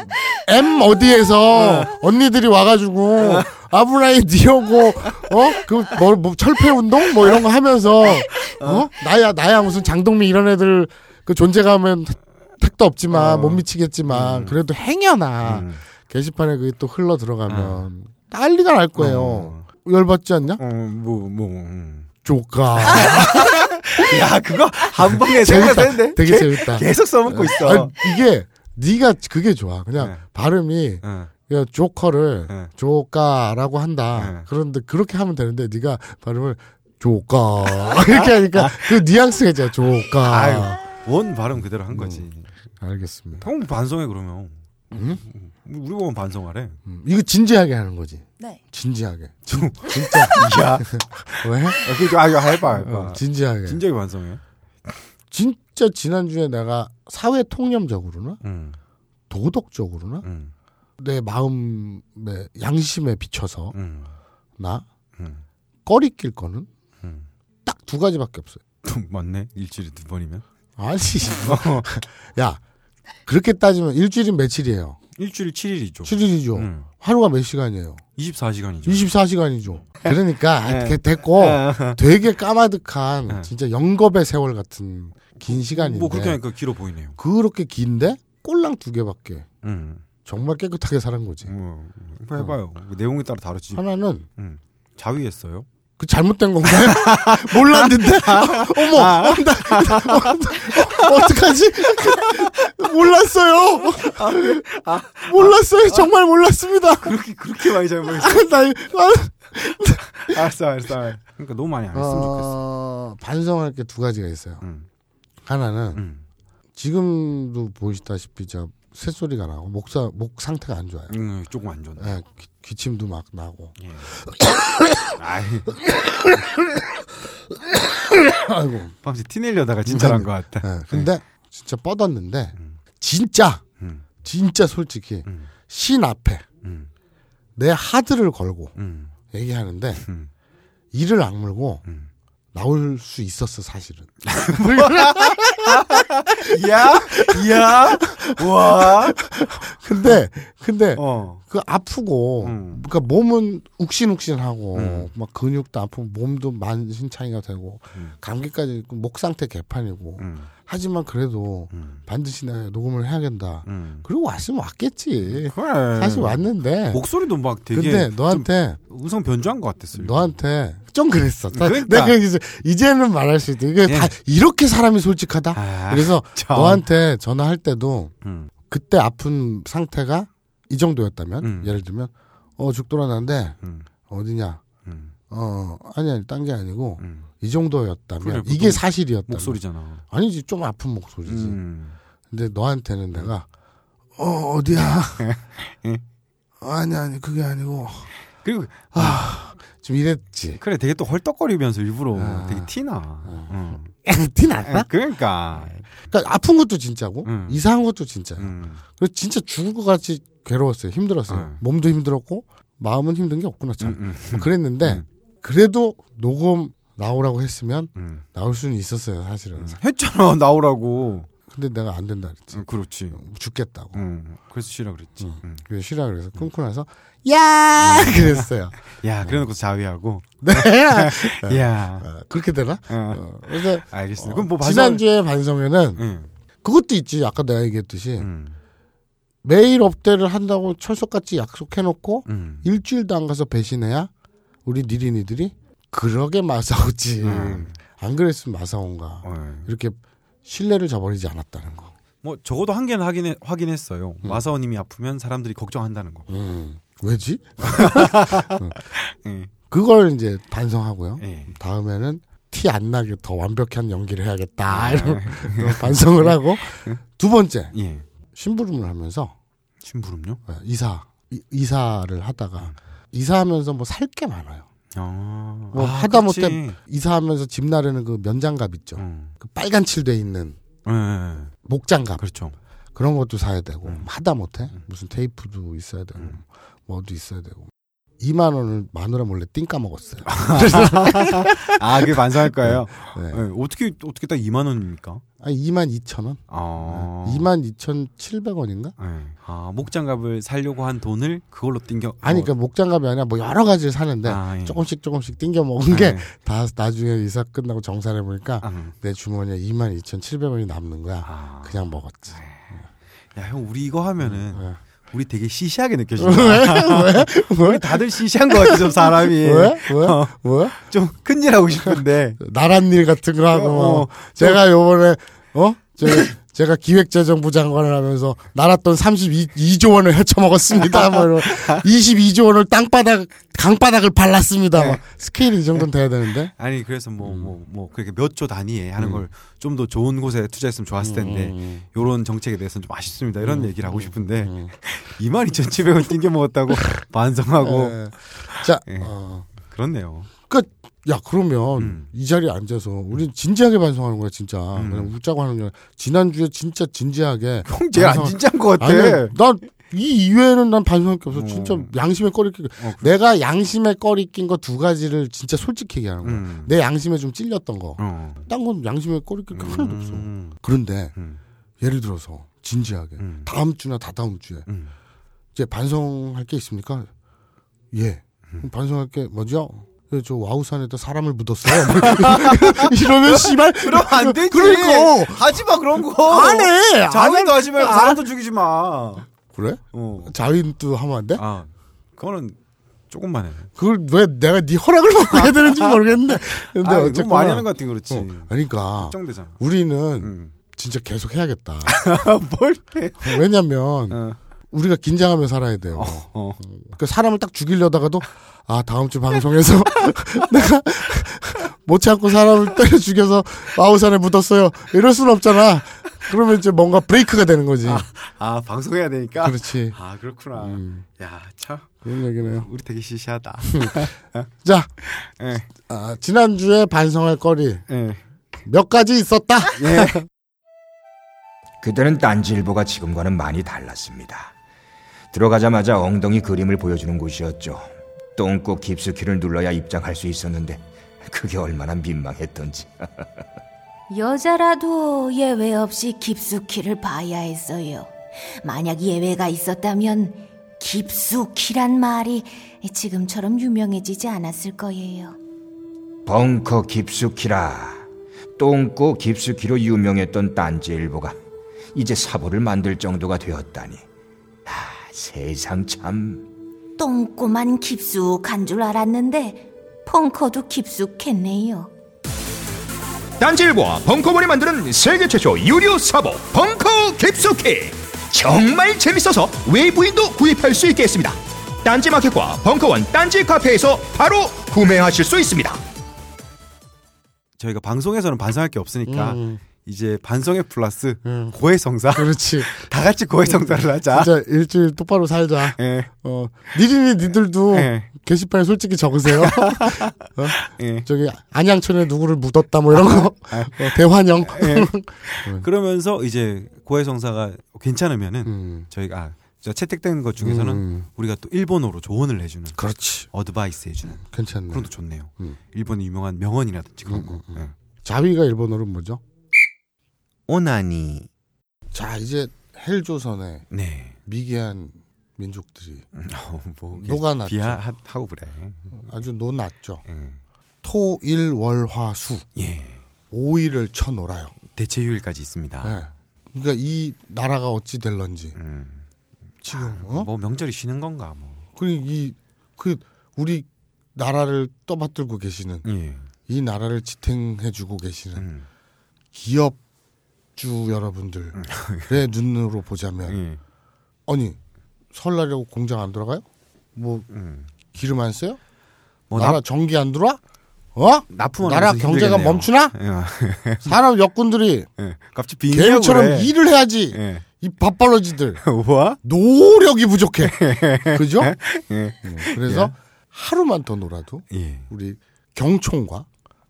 Speaker 1: M 어디에서 언니들이 와가지고 아브라이 니오고 어그뭐 뭐 철폐 운동 뭐 이런 거 하면서 어 나야 나야 무슨 장동민 이런 애들 그 존재감은 택도 없지만
Speaker 2: 어.
Speaker 1: 못 미치겠지만
Speaker 2: 음.
Speaker 1: 그래도 행여나
Speaker 2: 음.
Speaker 1: 게시판에 그게 또 흘러 들어가면 난리가 날 거예요.
Speaker 2: 어.
Speaker 1: 열받지 않냐?
Speaker 2: 어뭐뭐 뭐, 음.
Speaker 1: 조카.
Speaker 9: 야 그거 한 방에
Speaker 1: 아, 재밌다.
Speaker 9: 생각했는데
Speaker 1: 되게 재밌다.
Speaker 9: 계속 써먹고
Speaker 1: 아니,
Speaker 9: 있어.
Speaker 1: 이게 네가 그게 좋아. 그냥
Speaker 2: 그러니까. 네.
Speaker 1: 발음이
Speaker 2: 어.
Speaker 1: 그냥 조커를
Speaker 2: 네.
Speaker 1: 조카라고 한다.
Speaker 2: 네.
Speaker 1: 그런데 그렇게 하면 되는데 네가 발음을 조카 이렇게 하니까 그 뉘앙스가 있잖아. 조카.
Speaker 2: 아유 원 발음 그대로 한 거지.
Speaker 1: 알겠습니다.
Speaker 2: 형 반성해 그러면.
Speaker 1: 음?
Speaker 2: 우리 보면 반성하래.
Speaker 1: 음, 이거 진지하게 하는 거지.
Speaker 6: 네.
Speaker 1: 진지하게. 진, 진짜.
Speaker 9: 야,
Speaker 1: 왜?
Speaker 9: 아, 그거 아, 이거 해봐. 해봐.
Speaker 1: 어, 진지하게.
Speaker 2: 진작에 반성해.
Speaker 1: 진짜 지난주에 내가 사회 통념적으로나
Speaker 2: 음.
Speaker 1: 도덕적으로나
Speaker 2: 음.
Speaker 1: 내 마음의 양심에 비춰서
Speaker 2: 음.
Speaker 1: 나
Speaker 2: 음.
Speaker 1: 꺼리낄 거는
Speaker 2: 음.
Speaker 1: 딱 두 가지밖에 없어요.
Speaker 2: 맞네. 일주일에 두 번이면.
Speaker 1: 아니, 뭐. 야 그렇게 따지면 일주일이 며칠이에요?
Speaker 2: 일주일 7일이죠.
Speaker 1: 7일이죠.
Speaker 2: 음.
Speaker 1: 하루가 몇 시간이에요?
Speaker 2: 24시간이죠.
Speaker 1: 24시간이죠. 그러니까
Speaker 2: 예.
Speaker 1: 아, 그게 됐고 되게 까마득한 진짜 영겁의 세월 같은 긴 시간인데
Speaker 2: 뭐 그렇게 하니까 길어 보이네요.
Speaker 1: 그렇게 긴데 꼴랑 두 개밖에
Speaker 2: 음.
Speaker 1: 정말 깨끗하게 살은 거지.
Speaker 2: 뭐, 뭐 해봐요. 그 내용에 따라 다르지.
Speaker 1: 하나는
Speaker 2: 음. 자위했어요.
Speaker 1: 그 잘못된 건가요? 몰랐는데 어머 어, 나, 나, 어, 나, 어, 어떡하지? 몰랐어요. 몰랐어요. 정말 몰랐습니다. 아,
Speaker 9: 그렇게 그렇게 많이
Speaker 2: 뭐.
Speaker 9: 잘못했어.
Speaker 1: 나, 나,
Speaker 9: 알았어, 알았어.
Speaker 2: 그러니까 너무 많이 안 했으면 좋겠어.
Speaker 1: 어, 반성할 게 두 가지가 있어요.
Speaker 2: 음.
Speaker 1: 하나는
Speaker 2: 음.
Speaker 1: 지금도 보시다시피 저 새소리가 나고 목사 목 상태가 안 좋아요.
Speaker 2: 음, 조금 안 좋네.
Speaker 1: 예, 기- 기침도 막 나고.
Speaker 2: 예. 아이,
Speaker 1: 아이고.
Speaker 2: 밤새 티 내려다가 진짜란
Speaker 1: 음.
Speaker 2: 것 같다.
Speaker 1: 예, 근데 진짜 뻗었는데 진짜
Speaker 2: 음.
Speaker 1: 진짜 솔직히
Speaker 2: 음.
Speaker 1: 신 앞에
Speaker 2: 음.
Speaker 1: 내 하드를 걸고
Speaker 2: 음.
Speaker 1: 얘기하는데
Speaker 2: 음.
Speaker 1: 이를 악물고
Speaker 2: 음.
Speaker 1: 나올 수 있었어 사실은.
Speaker 9: 야, 야, 와.
Speaker 1: 근데 근데
Speaker 9: 어.
Speaker 1: 그 아프고
Speaker 2: 음.
Speaker 1: 그러니까 몸은 욱신욱신하고
Speaker 2: 음.
Speaker 1: 막 근육도 아프고 몸도 만신창이가 되고 감기까지 있고 목 상태 개판이고
Speaker 2: 음.
Speaker 1: 하지만 그래도
Speaker 2: 음.
Speaker 1: 반드시 내가 녹음을 해야 된다.
Speaker 2: 음.
Speaker 1: 그리고 왔으면 왔겠지.
Speaker 2: 그래.
Speaker 1: 사실 왔는데
Speaker 2: 목소리도 막 예. 뭐 되게
Speaker 1: 근데
Speaker 2: 좀
Speaker 1: 너한테
Speaker 2: 우선 변주한 것 같았어요.
Speaker 1: 너한테 좀 그랬어. 나-
Speaker 2: 그러니까.
Speaker 1: 내가 이제 이제는 말할 수 있다. 이게
Speaker 2: 예.
Speaker 1: 다 이렇게 사람이 솔직하다.
Speaker 2: 아,
Speaker 1: 그래서
Speaker 2: 참.
Speaker 1: 너한테 전화할 때도
Speaker 2: 음.
Speaker 1: 그때 아픈 상태가 이 정도였다면
Speaker 2: 음.
Speaker 1: 예를 들면 어 죽돌아 난데
Speaker 2: 음.
Speaker 1: 어디냐
Speaker 2: 음.
Speaker 1: 어 아니 아니 딴 게 아니고
Speaker 2: 음.
Speaker 1: 이 정도였다면
Speaker 2: 그래,
Speaker 1: 이게
Speaker 2: 보통
Speaker 1: 사실이었다
Speaker 2: 목소리잖아.
Speaker 1: 아니지 좀 아픈 목소리지
Speaker 2: 음.
Speaker 1: 근데 너한테는 내가 어 어디야 어,
Speaker 2: 예.
Speaker 1: 아니 아니 그게 아니고
Speaker 2: 그리고
Speaker 1: 좀 이랬지
Speaker 2: 그래 되게 또 헐떡거리면서 일부러
Speaker 1: 아.
Speaker 2: 되게 티나. 음.
Speaker 1: 티 났다
Speaker 2: 그러니까.
Speaker 1: 그러니까 아픈 것도 진짜고
Speaker 2: 음.
Speaker 1: 이상한 것도 진짜야
Speaker 2: 음.
Speaker 1: 그래서 진짜 죽을 것 같이 괴로웠어요 힘들었어요
Speaker 2: 음.
Speaker 1: 몸도 힘들었고 마음은 힘든 게 없구나 참
Speaker 2: 음.
Speaker 1: 뭐 그랬는데
Speaker 2: 음.
Speaker 1: 그래도 녹음 나오라고 했으면
Speaker 2: 음.
Speaker 1: 나올 수는 있었어요 사실은
Speaker 2: 했잖아 나오라고.
Speaker 1: 근데 내가 안 된다 그랬지
Speaker 2: 음, 그렇지.
Speaker 1: 죽겠다고
Speaker 2: 음. 그래서 쉬라 그랬지. 음.
Speaker 1: 그래서 싫어 그래서 끊고 나서 야 그랬어요
Speaker 2: 야 그래놓고 자위하고.
Speaker 1: 네
Speaker 2: 야.
Speaker 1: 어, 그렇게 되나
Speaker 2: 어.
Speaker 1: 어, 그래서
Speaker 2: 알겠어.
Speaker 1: 어,
Speaker 2: 그럼 뭐 반성-
Speaker 1: 지난주에 반성회는
Speaker 2: 음.
Speaker 1: 그것도 있지 아까 내가 얘기했듯이
Speaker 2: 음.
Speaker 1: 매일 업데이를 한다고 철석같이 약속해놓고
Speaker 2: 음.
Speaker 1: 일주일도 안 가서 배신해야 우리 니린이들이 그러게 마사오지
Speaker 2: 음.
Speaker 1: 안 그랬으면 마사오인가
Speaker 2: 어.
Speaker 1: 이렇게 신뢰를 저버리지 않았다는 거
Speaker 2: 뭐 적어도 한 개는 확인해, 확인했어요. 마사오님이 아프면 사람들이 걱정한다는 거.
Speaker 1: 음, 왜지?
Speaker 2: 예.
Speaker 1: 그걸 이제 반성하고요.
Speaker 2: 예.
Speaker 1: 다음에는 티 안 나게 더 완벽한 연기를 해야겠다 이런 반성을 하고 두 번째
Speaker 2: 예.
Speaker 1: 심부름을 하면서 예,
Speaker 2: 심부름요?
Speaker 1: 이사 이- 이사를 하다가 이사하면서 뭐 살 게 많아요.
Speaker 2: 아.
Speaker 1: 뭐
Speaker 2: 아,
Speaker 1: 하다못해
Speaker 2: 그치.
Speaker 1: 이사하면서 집 나르는 그 면장갑 있죠.
Speaker 2: 음.
Speaker 1: 그 빨간 칠돼 있는
Speaker 2: 예, 예, 예.
Speaker 1: 목장갑
Speaker 2: 그렇죠. 음.
Speaker 1: 그런 것도 사야 되고 하다못해 무슨 테이프도 있어야 되고 뭐도 있어야 되고 2만 원을 마누라 몰래 띵 까먹었어요.
Speaker 2: 아, 그게 반성할 거예요.
Speaker 1: 네.
Speaker 2: 예, 어떻게 어떻게 딱 2만 원입니까?
Speaker 1: 아니 2만 2천 원?
Speaker 2: 아.
Speaker 1: 2만 2천 7백 원인가?
Speaker 2: 예. 아, 목장갑을 살려고 한 돈을 그걸로 띵겨. 어.
Speaker 1: 아니 그러니까 목장갑이 아니라 뭐 여러 가지를 사는데
Speaker 2: 아, 예.
Speaker 1: 조금씩 조금씩 띵겨 먹은
Speaker 2: 예.
Speaker 1: 게 다 나중에 이사 끝나고 정산해 보니까
Speaker 2: 아, 음.
Speaker 1: 내 주머니에 2만 2천 7백 원이 남는 거야.
Speaker 2: 아.
Speaker 1: 그냥 먹었지.
Speaker 2: 야, 형 우리 이거 하면은
Speaker 1: 예.
Speaker 2: 우리 되게 시시하게 느껴진다.
Speaker 1: 왜?
Speaker 2: 우리 다들 시시한 것 같아 좀 사람이. 어,
Speaker 1: 왜? 왜? 왜?
Speaker 2: 좀 큰일 하고 싶은데.
Speaker 1: 나랏일 같은 거 하고 뭐
Speaker 2: 어,
Speaker 1: 제가 요번에 어? 제가, 제가 기획재정부 장관을 하면서 날았던 32조 원을 헤쳐먹었습니다. 뭐 이런 22조 원을 땅바닥 강바닥을 발랐습니다.
Speaker 2: 네.
Speaker 1: 막 스케일이 이 정도는 돼야 되는데.
Speaker 2: 아니 그래서
Speaker 1: 음.
Speaker 2: 뭐 뭐 뭐 그렇게 몇 조 단위에 하는 걸 좀 더 좋은 곳에 투자했으면 좋았을
Speaker 1: 음,
Speaker 2: 텐데 요런 정책에 대해서는 좀 아쉽습니다 이런 얘기를 하고 싶은데
Speaker 1: 음.
Speaker 2: 22,700원 띵겨 먹었다고 반성하고
Speaker 1: 예. 자,
Speaker 2: 어. 예.
Speaker 1: 어,
Speaker 2: 그렇네요.
Speaker 1: 야 그러면
Speaker 2: 음.
Speaker 1: 이 자리에 앉아서 우린 진지하게 반성하는 거야 진짜.
Speaker 2: 음.
Speaker 1: 그냥 웃자고 하는 게 아니라 지난주에 진짜 진지하게
Speaker 2: 형 제일 안
Speaker 1: 반성-
Speaker 2: 진지한 것 같아. 네.
Speaker 1: 아니, 난이 이외에는 난 반성할 게 없어.
Speaker 2: 어.
Speaker 1: 진짜 양심의 꺼리 낀 거.
Speaker 2: 어, 그래.
Speaker 1: 내가 양심의 꺼리 낀 거 두 가지를 진짜 솔직히 얘기하는 거야.
Speaker 2: 음.
Speaker 1: 내 양심에 좀 찔렸던 거.
Speaker 2: 어.
Speaker 1: 딴 건 양심에 꺼리 낀게 하나도 없어.
Speaker 2: 음.
Speaker 1: 그런데
Speaker 2: 음.
Speaker 1: 예를 들어서 진지하게
Speaker 2: 음.
Speaker 1: 다음 주나 다다음 주에
Speaker 2: 음.
Speaker 1: 이제 반성할 게 있습니까? 예.
Speaker 2: 음.
Speaker 1: 그럼 반성할 게 뭐죠? 예, 저 와우산에다 사람을 묻었어요. 이러면 씨발
Speaker 10: 그럼 안 되지.
Speaker 1: 그러니까.
Speaker 10: 하지 마 그런
Speaker 2: 어.
Speaker 10: 거.
Speaker 1: 안 해. 안 해.
Speaker 10: 자위도 하지 말고 사람도 죽이지 마.
Speaker 1: 그래?
Speaker 2: 어.
Speaker 1: 자윈도 하면 안 돼?
Speaker 2: 아 그거는 조금만 해.
Speaker 1: 그걸 왜 내가 네 허락을 받고 해야 되는지 모르겠는데. 근데
Speaker 2: 아, 너무
Speaker 1: 어쨌거나
Speaker 2: 많이 하는 것 같아 그렇지.
Speaker 1: 어, 그러니까
Speaker 2: 걱정되잖아.
Speaker 1: 우리는
Speaker 2: 음.
Speaker 1: 진짜 계속 해야겠다.
Speaker 2: 아, 뭘 해?
Speaker 1: 왜냐면
Speaker 2: 어.
Speaker 1: 우리가 긴장하며 살아야 돼요.
Speaker 2: 어.
Speaker 1: 그 사람을 딱 죽이려다가도 아 다음 주 방송에서 내가 못 참고 사람을 때려 죽여서 마우산에 묻었어요. 이럴 순 없잖아. 그러면 이제 뭔가 브레이크가 되는 거지.
Speaker 2: 아 방송해야 되니까.
Speaker 1: 그렇지.
Speaker 2: 아 그렇구나. 야 참.
Speaker 1: 그런 얘기네요.
Speaker 2: 우리 되게 시시하다.
Speaker 1: 자
Speaker 2: 예.
Speaker 1: 아, 지난주에 반성할 거리
Speaker 2: 예.
Speaker 1: 몇 가지 있었다.
Speaker 11: 그때는 딴지일보가 지금과는 많이 달랐습니다. 들어가자마자 엉덩이 그림을 보여주는 곳이었죠. 똥꼬 깊숙이를 눌러야 입장할 수 있었는데 그게 얼마나 민망했던지.
Speaker 12: 여자라도 예외 없이 깊숙이를 봐야 했어요. 만약 예외가 있었다면 깊숙이란 말이 지금처럼 유명해지지 않았을 거예요.
Speaker 11: 벙커 깊숙이라 똥꼬 깊숙이로 유명했던 딴지일보가 이제 사보를 만들 정도가 되었다니. 아, 세상 참
Speaker 12: 똥꼬만 깊숙한 줄 알았는데 펑커도 깊숙했네요.
Speaker 11: 딴지일보와 벙커원이 만드는 세계 최초 유료 사보 벙커 깊숙이 정말 재밌어서 외부인도 구입할 수 있게 했습니다. 딴지마켓과 벙커원 딴지 카페에서 바로 구매하실 수 있습니다.
Speaker 2: 저희가 방송에서는 반성할 게 없으니까
Speaker 1: 음.
Speaker 2: 이제 반성의 플러스
Speaker 1: 음.
Speaker 2: 고해성사
Speaker 1: 그렇지.
Speaker 2: 다 같이 고해성사를 하자.
Speaker 1: 진짜 일주일 똑바로 살자.
Speaker 2: 아? 예.
Speaker 1: 어, 니린이 니들도
Speaker 2: 예.
Speaker 1: 게시판에 솔직히 적으세요. 어?
Speaker 2: 예. 아,
Speaker 1: 저기 안양촌에 누구를 묻었다 뭐 이런 거 어, 대환영.
Speaker 2: 예. 그러면서 이제 고해성사가 괜찮으면은
Speaker 1: 음.
Speaker 2: 저희가 아, 저 채택된 것 중에서는
Speaker 1: 음.
Speaker 2: 우리가 또 일본어로 조언을 해주는
Speaker 1: 그렇지.
Speaker 2: 어드바이스 해주는
Speaker 1: 괜찮네.
Speaker 2: 그런 것도 좋네요.
Speaker 1: 음.
Speaker 2: 일본의 유명한 명언이라든지 그런 거. 예.
Speaker 1: 자위가 일본어로 뭐죠?
Speaker 2: 오나니.
Speaker 1: 자 이제 헬조선에
Speaker 2: 네.
Speaker 1: 미개한 민족들이
Speaker 2: 어, 뭐 이게
Speaker 1: 녹아났죠. 음.
Speaker 2: 비하하고 그래.
Speaker 1: 아주 논았죠.
Speaker 2: 예.
Speaker 1: 토일월화수
Speaker 2: 예.
Speaker 1: 5일을 쳐놀아요.
Speaker 2: 대체휴일까지 있습니다.
Speaker 1: 예. 그러니까 이 나라가 어찌 될런지
Speaker 2: 음.
Speaker 1: 지금 어?
Speaker 2: 뭐 명절이 쉬는 건가 뭐.
Speaker 1: 그리고 이그 우리 나라를 떠받들고 계시는
Speaker 2: 예.
Speaker 1: 이 나라를 지탱해주고 계시는
Speaker 2: 음.
Speaker 1: 기업주 여러분들의 눈으로 보자면
Speaker 2: 음. 예.
Speaker 1: 아니 설날이라고 공장 안 들어가요? 뭐
Speaker 2: 음.
Speaker 1: 기름 안 써요?
Speaker 2: 뭐
Speaker 1: 나라 전기 안 들어와? 어?
Speaker 4: 납품하는
Speaker 1: 나라
Speaker 4: 것은
Speaker 1: 경제가
Speaker 4: 힘들겠네요.
Speaker 1: 멈추나?
Speaker 4: 예.
Speaker 1: 사람 역군들이
Speaker 4: 예. 갑자기 빈약을
Speaker 1: 개미처럼
Speaker 4: 해.
Speaker 1: 일을 해야지.
Speaker 4: 예.
Speaker 1: 이 밥벌어지들
Speaker 4: 와?
Speaker 1: 노력이 부족해. 그죠?
Speaker 4: 예.
Speaker 1: 음, 그래서 하루만 더 놀아도
Speaker 4: 예.
Speaker 1: 우리 경총과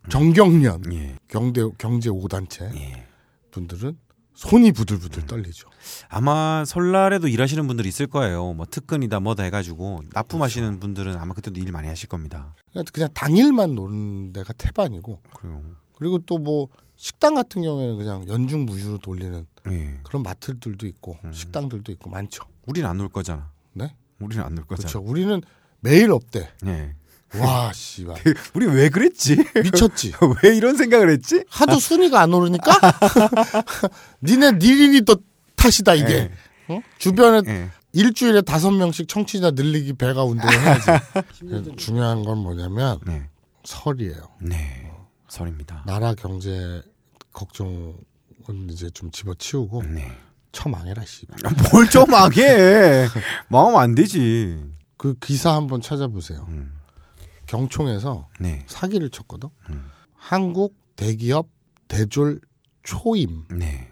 Speaker 1: 정경련
Speaker 4: 예.
Speaker 1: 경대 경제 5단체
Speaker 4: 예.
Speaker 1: 분들은 손이 부들부들 떨리죠.
Speaker 4: 아마 설날에도 일하시는 분들이 있을 거예요. 뭐 특근이다 뭐다 해가지고 납품하시는 분들은 아마 그때도 일 많이 하실 겁니다.
Speaker 1: 그러니까 그냥- 그냥 당일만 노는 데가 태반이고
Speaker 4: 그리고
Speaker 1: 그리고 또 뭐 식당 같은 경우에는 그냥 연중 무휴로 돌리는
Speaker 4: 예. 음.
Speaker 1: 그런 마트들도 있고 식당들도 있고 많죠.
Speaker 4: 우리는 안 놀 거잖아.
Speaker 1: 네?
Speaker 4: 우리는 안 놀
Speaker 1: 그렇죠.
Speaker 4: 거잖아.
Speaker 1: 우리는 매일 업대.
Speaker 4: 예.
Speaker 1: 와, 씨발.
Speaker 4: 우리 왜 그랬지?
Speaker 1: 미쳤지.
Speaker 4: 왜 이런 생각을 했지?
Speaker 1: 하도 순위가 안 오르니까 니네 니린이 또 탓이다 이게. 어? 주변에
Speaker 4: 예.
Speaker 1: 일주일에 다섯 명씩 청취자 늘리기 배가 운동을 해야지. 그래서 중요한 건 뭐냐면
Speaker 4: 네.
Speaker 1: 설이에요.
Speaker 4: 네. 설입니다.
Speaker 1: 나라 경제 걱정은 이제 좀 집어치우고
Speaker 4: 네.
Speaker 1: 처망해라 씨발.
Speaker 4: 뭘좀 하게. 마음 안 되지.
Speaker 1: 그 기사 한번 찾아보세요.
Speaker 4: 음.
Speaker 1: 경총에서
Speaker 4: 네.
Speaker 1: 사기를 쳤거든.
Speaker 4: 음.
Speaker 1: 한국 대기업 대졸 초임이
Speaker 4: 네.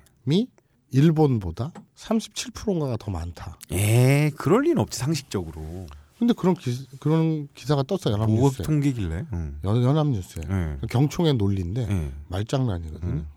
Speaker 1: 일본보다 37%인가가 더 많다.
Speaker 4: 예, 그럴 리는 없지 상식적으로.
Speaker 1: 근데 그런 기, 그런 기사가 떴어
Speaker 4: 보급
Speaker 1: 연합뉴스에.
Speaker 4: 통계길래. 응.
Speaker 1: 연, 연합뉴스에.
Speaker 4: 예.
Speaker 1: 경총의 논리인데
Speaker 4: 예.
Speaker 1: 말장난이거든요.
Speaker 4: 음.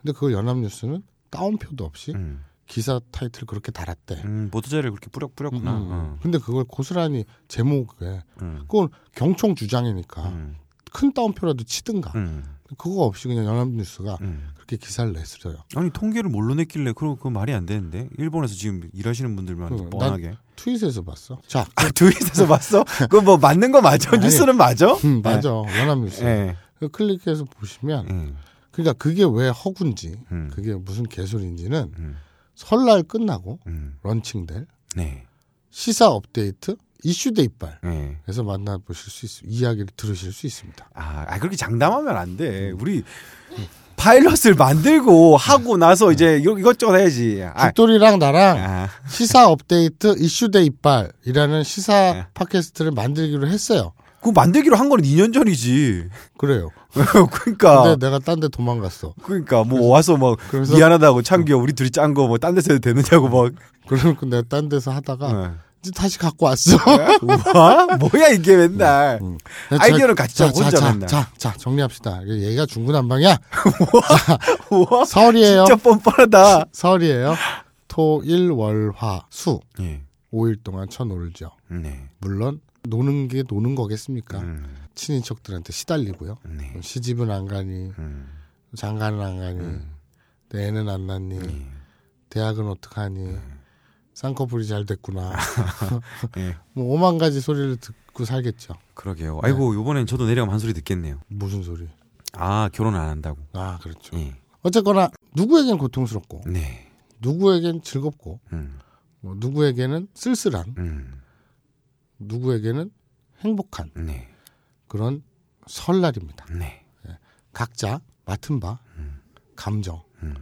Speaker 1: 근데 그 연합뉴스는 다운표도 없이
Speaker 4: 음. 기사
Speaker 1: 기사 타이틀 그렇게 달았대.
Speaker 4: 음, 모두자를 그렇게 뿌렸 뿌렸구나.
Speaker 1: 음, 음.
Speaker 4: 어.
Speaker 1: 근데 그걸 고스란히 제목에
Speaker 4: 음.
Speaker 1: 그건 경총 주장이니까
Speaker 4: 음.
Speaker 1: 큰 다운표라도 치든가
Speaker 4: 음.
Speaker 1: 그거 없이 그냥 연합뉴스가
Speaker 4: 음.
Speaker 1: 그렇게 기사를 냈어요.
Speaker 4: 아니 통계를 뭘로 냈길래 그럼 그 말이 안 되는데 일본에서 지금 일하시는 분들만
Speaker 1: 음,
Speaker 4: 뻔하게
Speaker 1: 트윗에서 봤어. 자,
Speaker 4: 아, 트윗에서 봤어? 그거 뭐 맞는 거 맞아?
Speaker 1: 아니.
Speaker 4: 뉴스는 맞아?
Speaker 1: 음, 맞아. 연합뉴스.
Speaker 4: 예.
Speaker 1: 그 클릭해서 보시면
Speaker 4: 음.
Speaker 1: 그러니까 그게 왜 허군지,
Speaker 4: 음.
Speaker 1: 그게 무슨 개소리인지는
Speaker 4: 음.
Speaker 1: 설날 끝나고
Speaker 4: 음.
Speaker 1: 런칭될
Speaker 4: 네. 이슈
Speaker 1: 시사 업데이트 이슈 대이빨
Speaker 4: 예.
Speaker 1: 에서 만나보실 수 있, 이야기를 들으실 수 있습니다.
Speaker 4: 아, 아, 그렇게 장담하면 안 돼. 우리 파일럿을 만들고 하고 나서 이제 이거- 이것저것 해야지. 아,
Speaker 1: 죽돌이랑 나랑
Speaker 4: 아,
Speaker 1: 시사 업데이트 이슈 대이빨이라는 시사
Speaker 4: 네.
Speaker 1: 팟캐스트를 만들기로 했어요.
Speaker 4: 그거 만들기로 한 거는 2년 전이지.
Speaker 1: 그래요.
Speaker 4: 그러니까.
Speaker 1: 근데 내가 딴 데 도망갔어.
Speaker 4: 그러니까 뭐 와서 막
Speaker 1: 그래서- 음.
Speaker 4: 미안하다고 창규야 우리 둘이 짠 거 뭐 딴 데서 해도 되느냐고 막
Speaker 1: 그러고 내가 딴 데서 하다가
Speaker 4: 어.
Speaker 1: 이제 다시 갖고 왔어.
Speaker 4: 우와 뭐? 뭐야 이게 맨날 네? 아이디어를 같이
Speaker 1: 자,
Speaker 4: 짜고
Speaker 1: 자,
Speaker 4: 혼자
Speaker 1: 자,
Speaker 4: 맨날
Speaker 1: 자, 자, 정리합시다. 얘가 중구난방이야.
Speaker 4: 우와
Speaker 1: 설이에요.
Speaker 4: 진짜 뻔뻔하다
Speaker 1: 설이에요. 토, 일, 월, 화, 수.
Speaker 4: 예.
Speaker 1: 5일 동안 쳐놀죠.
Speaker 4: 네.
Speaker 1: 물론 노는 게 노는 거겠습니까?
Speaker 4: 음,
Speaker 1: 친인척들한테 시달리고요.
Speaker 4: 네.
Speaker 1: 시집은 안 가니,
Speaker 4: 음,
Speaker 1: 장가는 안 가니, 내 애는 안 낳니,
Speaker 4: 예.
Speaker 1: 대학은 어떡하니, 쌍꺼풀이 잘 됐구나.
Speaker 4: 예.
Speaker 1: 뭐 오만 가지 소리를 듣고 살겠죠.
Speaker 4: 그러게요 아이고 요번엔 저도 내려가면 한 소리 듣겠네요
Speaker 1: 무슨 소리?
Speaker 4: 아 결혼 안 한다고
Speaker 1: 아 그렇죠.
Speaker 4: 예.
Speaker 1: 어쨌거나 누구에겐 고통스럽고,
Speaker 4: 네
Speaker 1: 누구에겐 즐겁고,
Speaker 4: 음,
Speaker 1: 뭐 누구에게는 쓸쓸한,
Speaker 4: 음,
Speaker 1: 누구에게는 행복한
Speaker 4: 네.
Speaker 1: 그런 설날입니다. 예.
Speaker 4: 네.
Speaker 1: 각자 맡은 바 감정
Speaker 4: 음.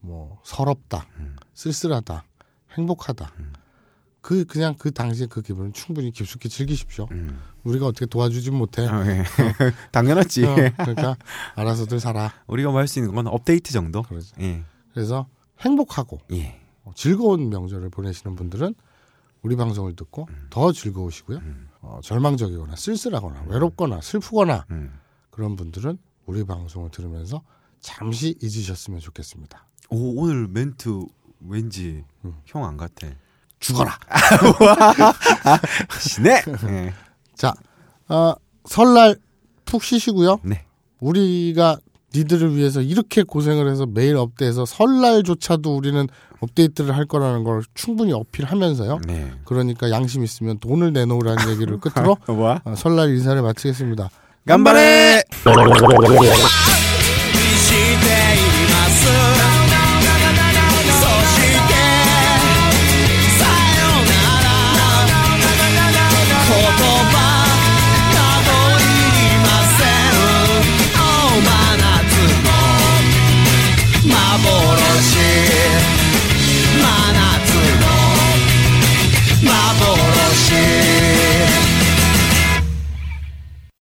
Speaker 1: 뭐 서럽다
Speaker 4: 음.
Speaker 1: 쓸쓸하다 행복하다 그 그냥 그 당시에 그 기분을 충분히 깊숙이 즐기십시오
Speaker 4: 음.
Speaker 1: 우리가 어떻게 도와주진 못해
Speaker 4: 아, 예. 당연하지
Speaker 1: 어, 그러니까 알아서들 살아
Speaker 4: 우리가 뭐 할 수 있는 건 업데이트 정도
Speaker 1: 그러죠.
Speaker 4: 예.
Speaker 1: 그래서 행복하고 어,
Speaker 4: 예.
Speaker 1: 즐거운 명절을 보내시는 분들은 우리 방송을 듣고
Speaker 4: 음.
Speaker 1: 더 즐거우시고요 어, 절망적이거나 쓸쓸하거나 외롭거나 슬프거나
Speaker 4: 음.
Speaker 1: 그런 분들은 우리 방송을 들으면서 잠시 잊으셨으면 좋겠습니다
Speaker 4: 오 오늘 멘트 왠지 형 안 같아 아,
Speaker 1: 죽어라
Speaker 4: 시네 예.
Speaker 1: 자, 어, 설날 푹 쉬시고요.
Speaker 4: 네.
Speaker 1: 우리가 니들을 위해서 이렇게 고생을 해서 매일 업데이트해서 설날조차도 우리는 업데이트를 할 거라는 걸 충분히 어필하면서요.
Speaker 4: 네.
Speaker 1: 그러니까 양심 있으면 돈을 내놓으라는 얘기를
Speaker 4: 아, 뭐.
Speaker 1: 끝으로
Speaker 4: 와.
Speaker 1: 어, 설날 인사를 마치겠습니다.
Speaker 4: 간발에
Speaker 8: 네.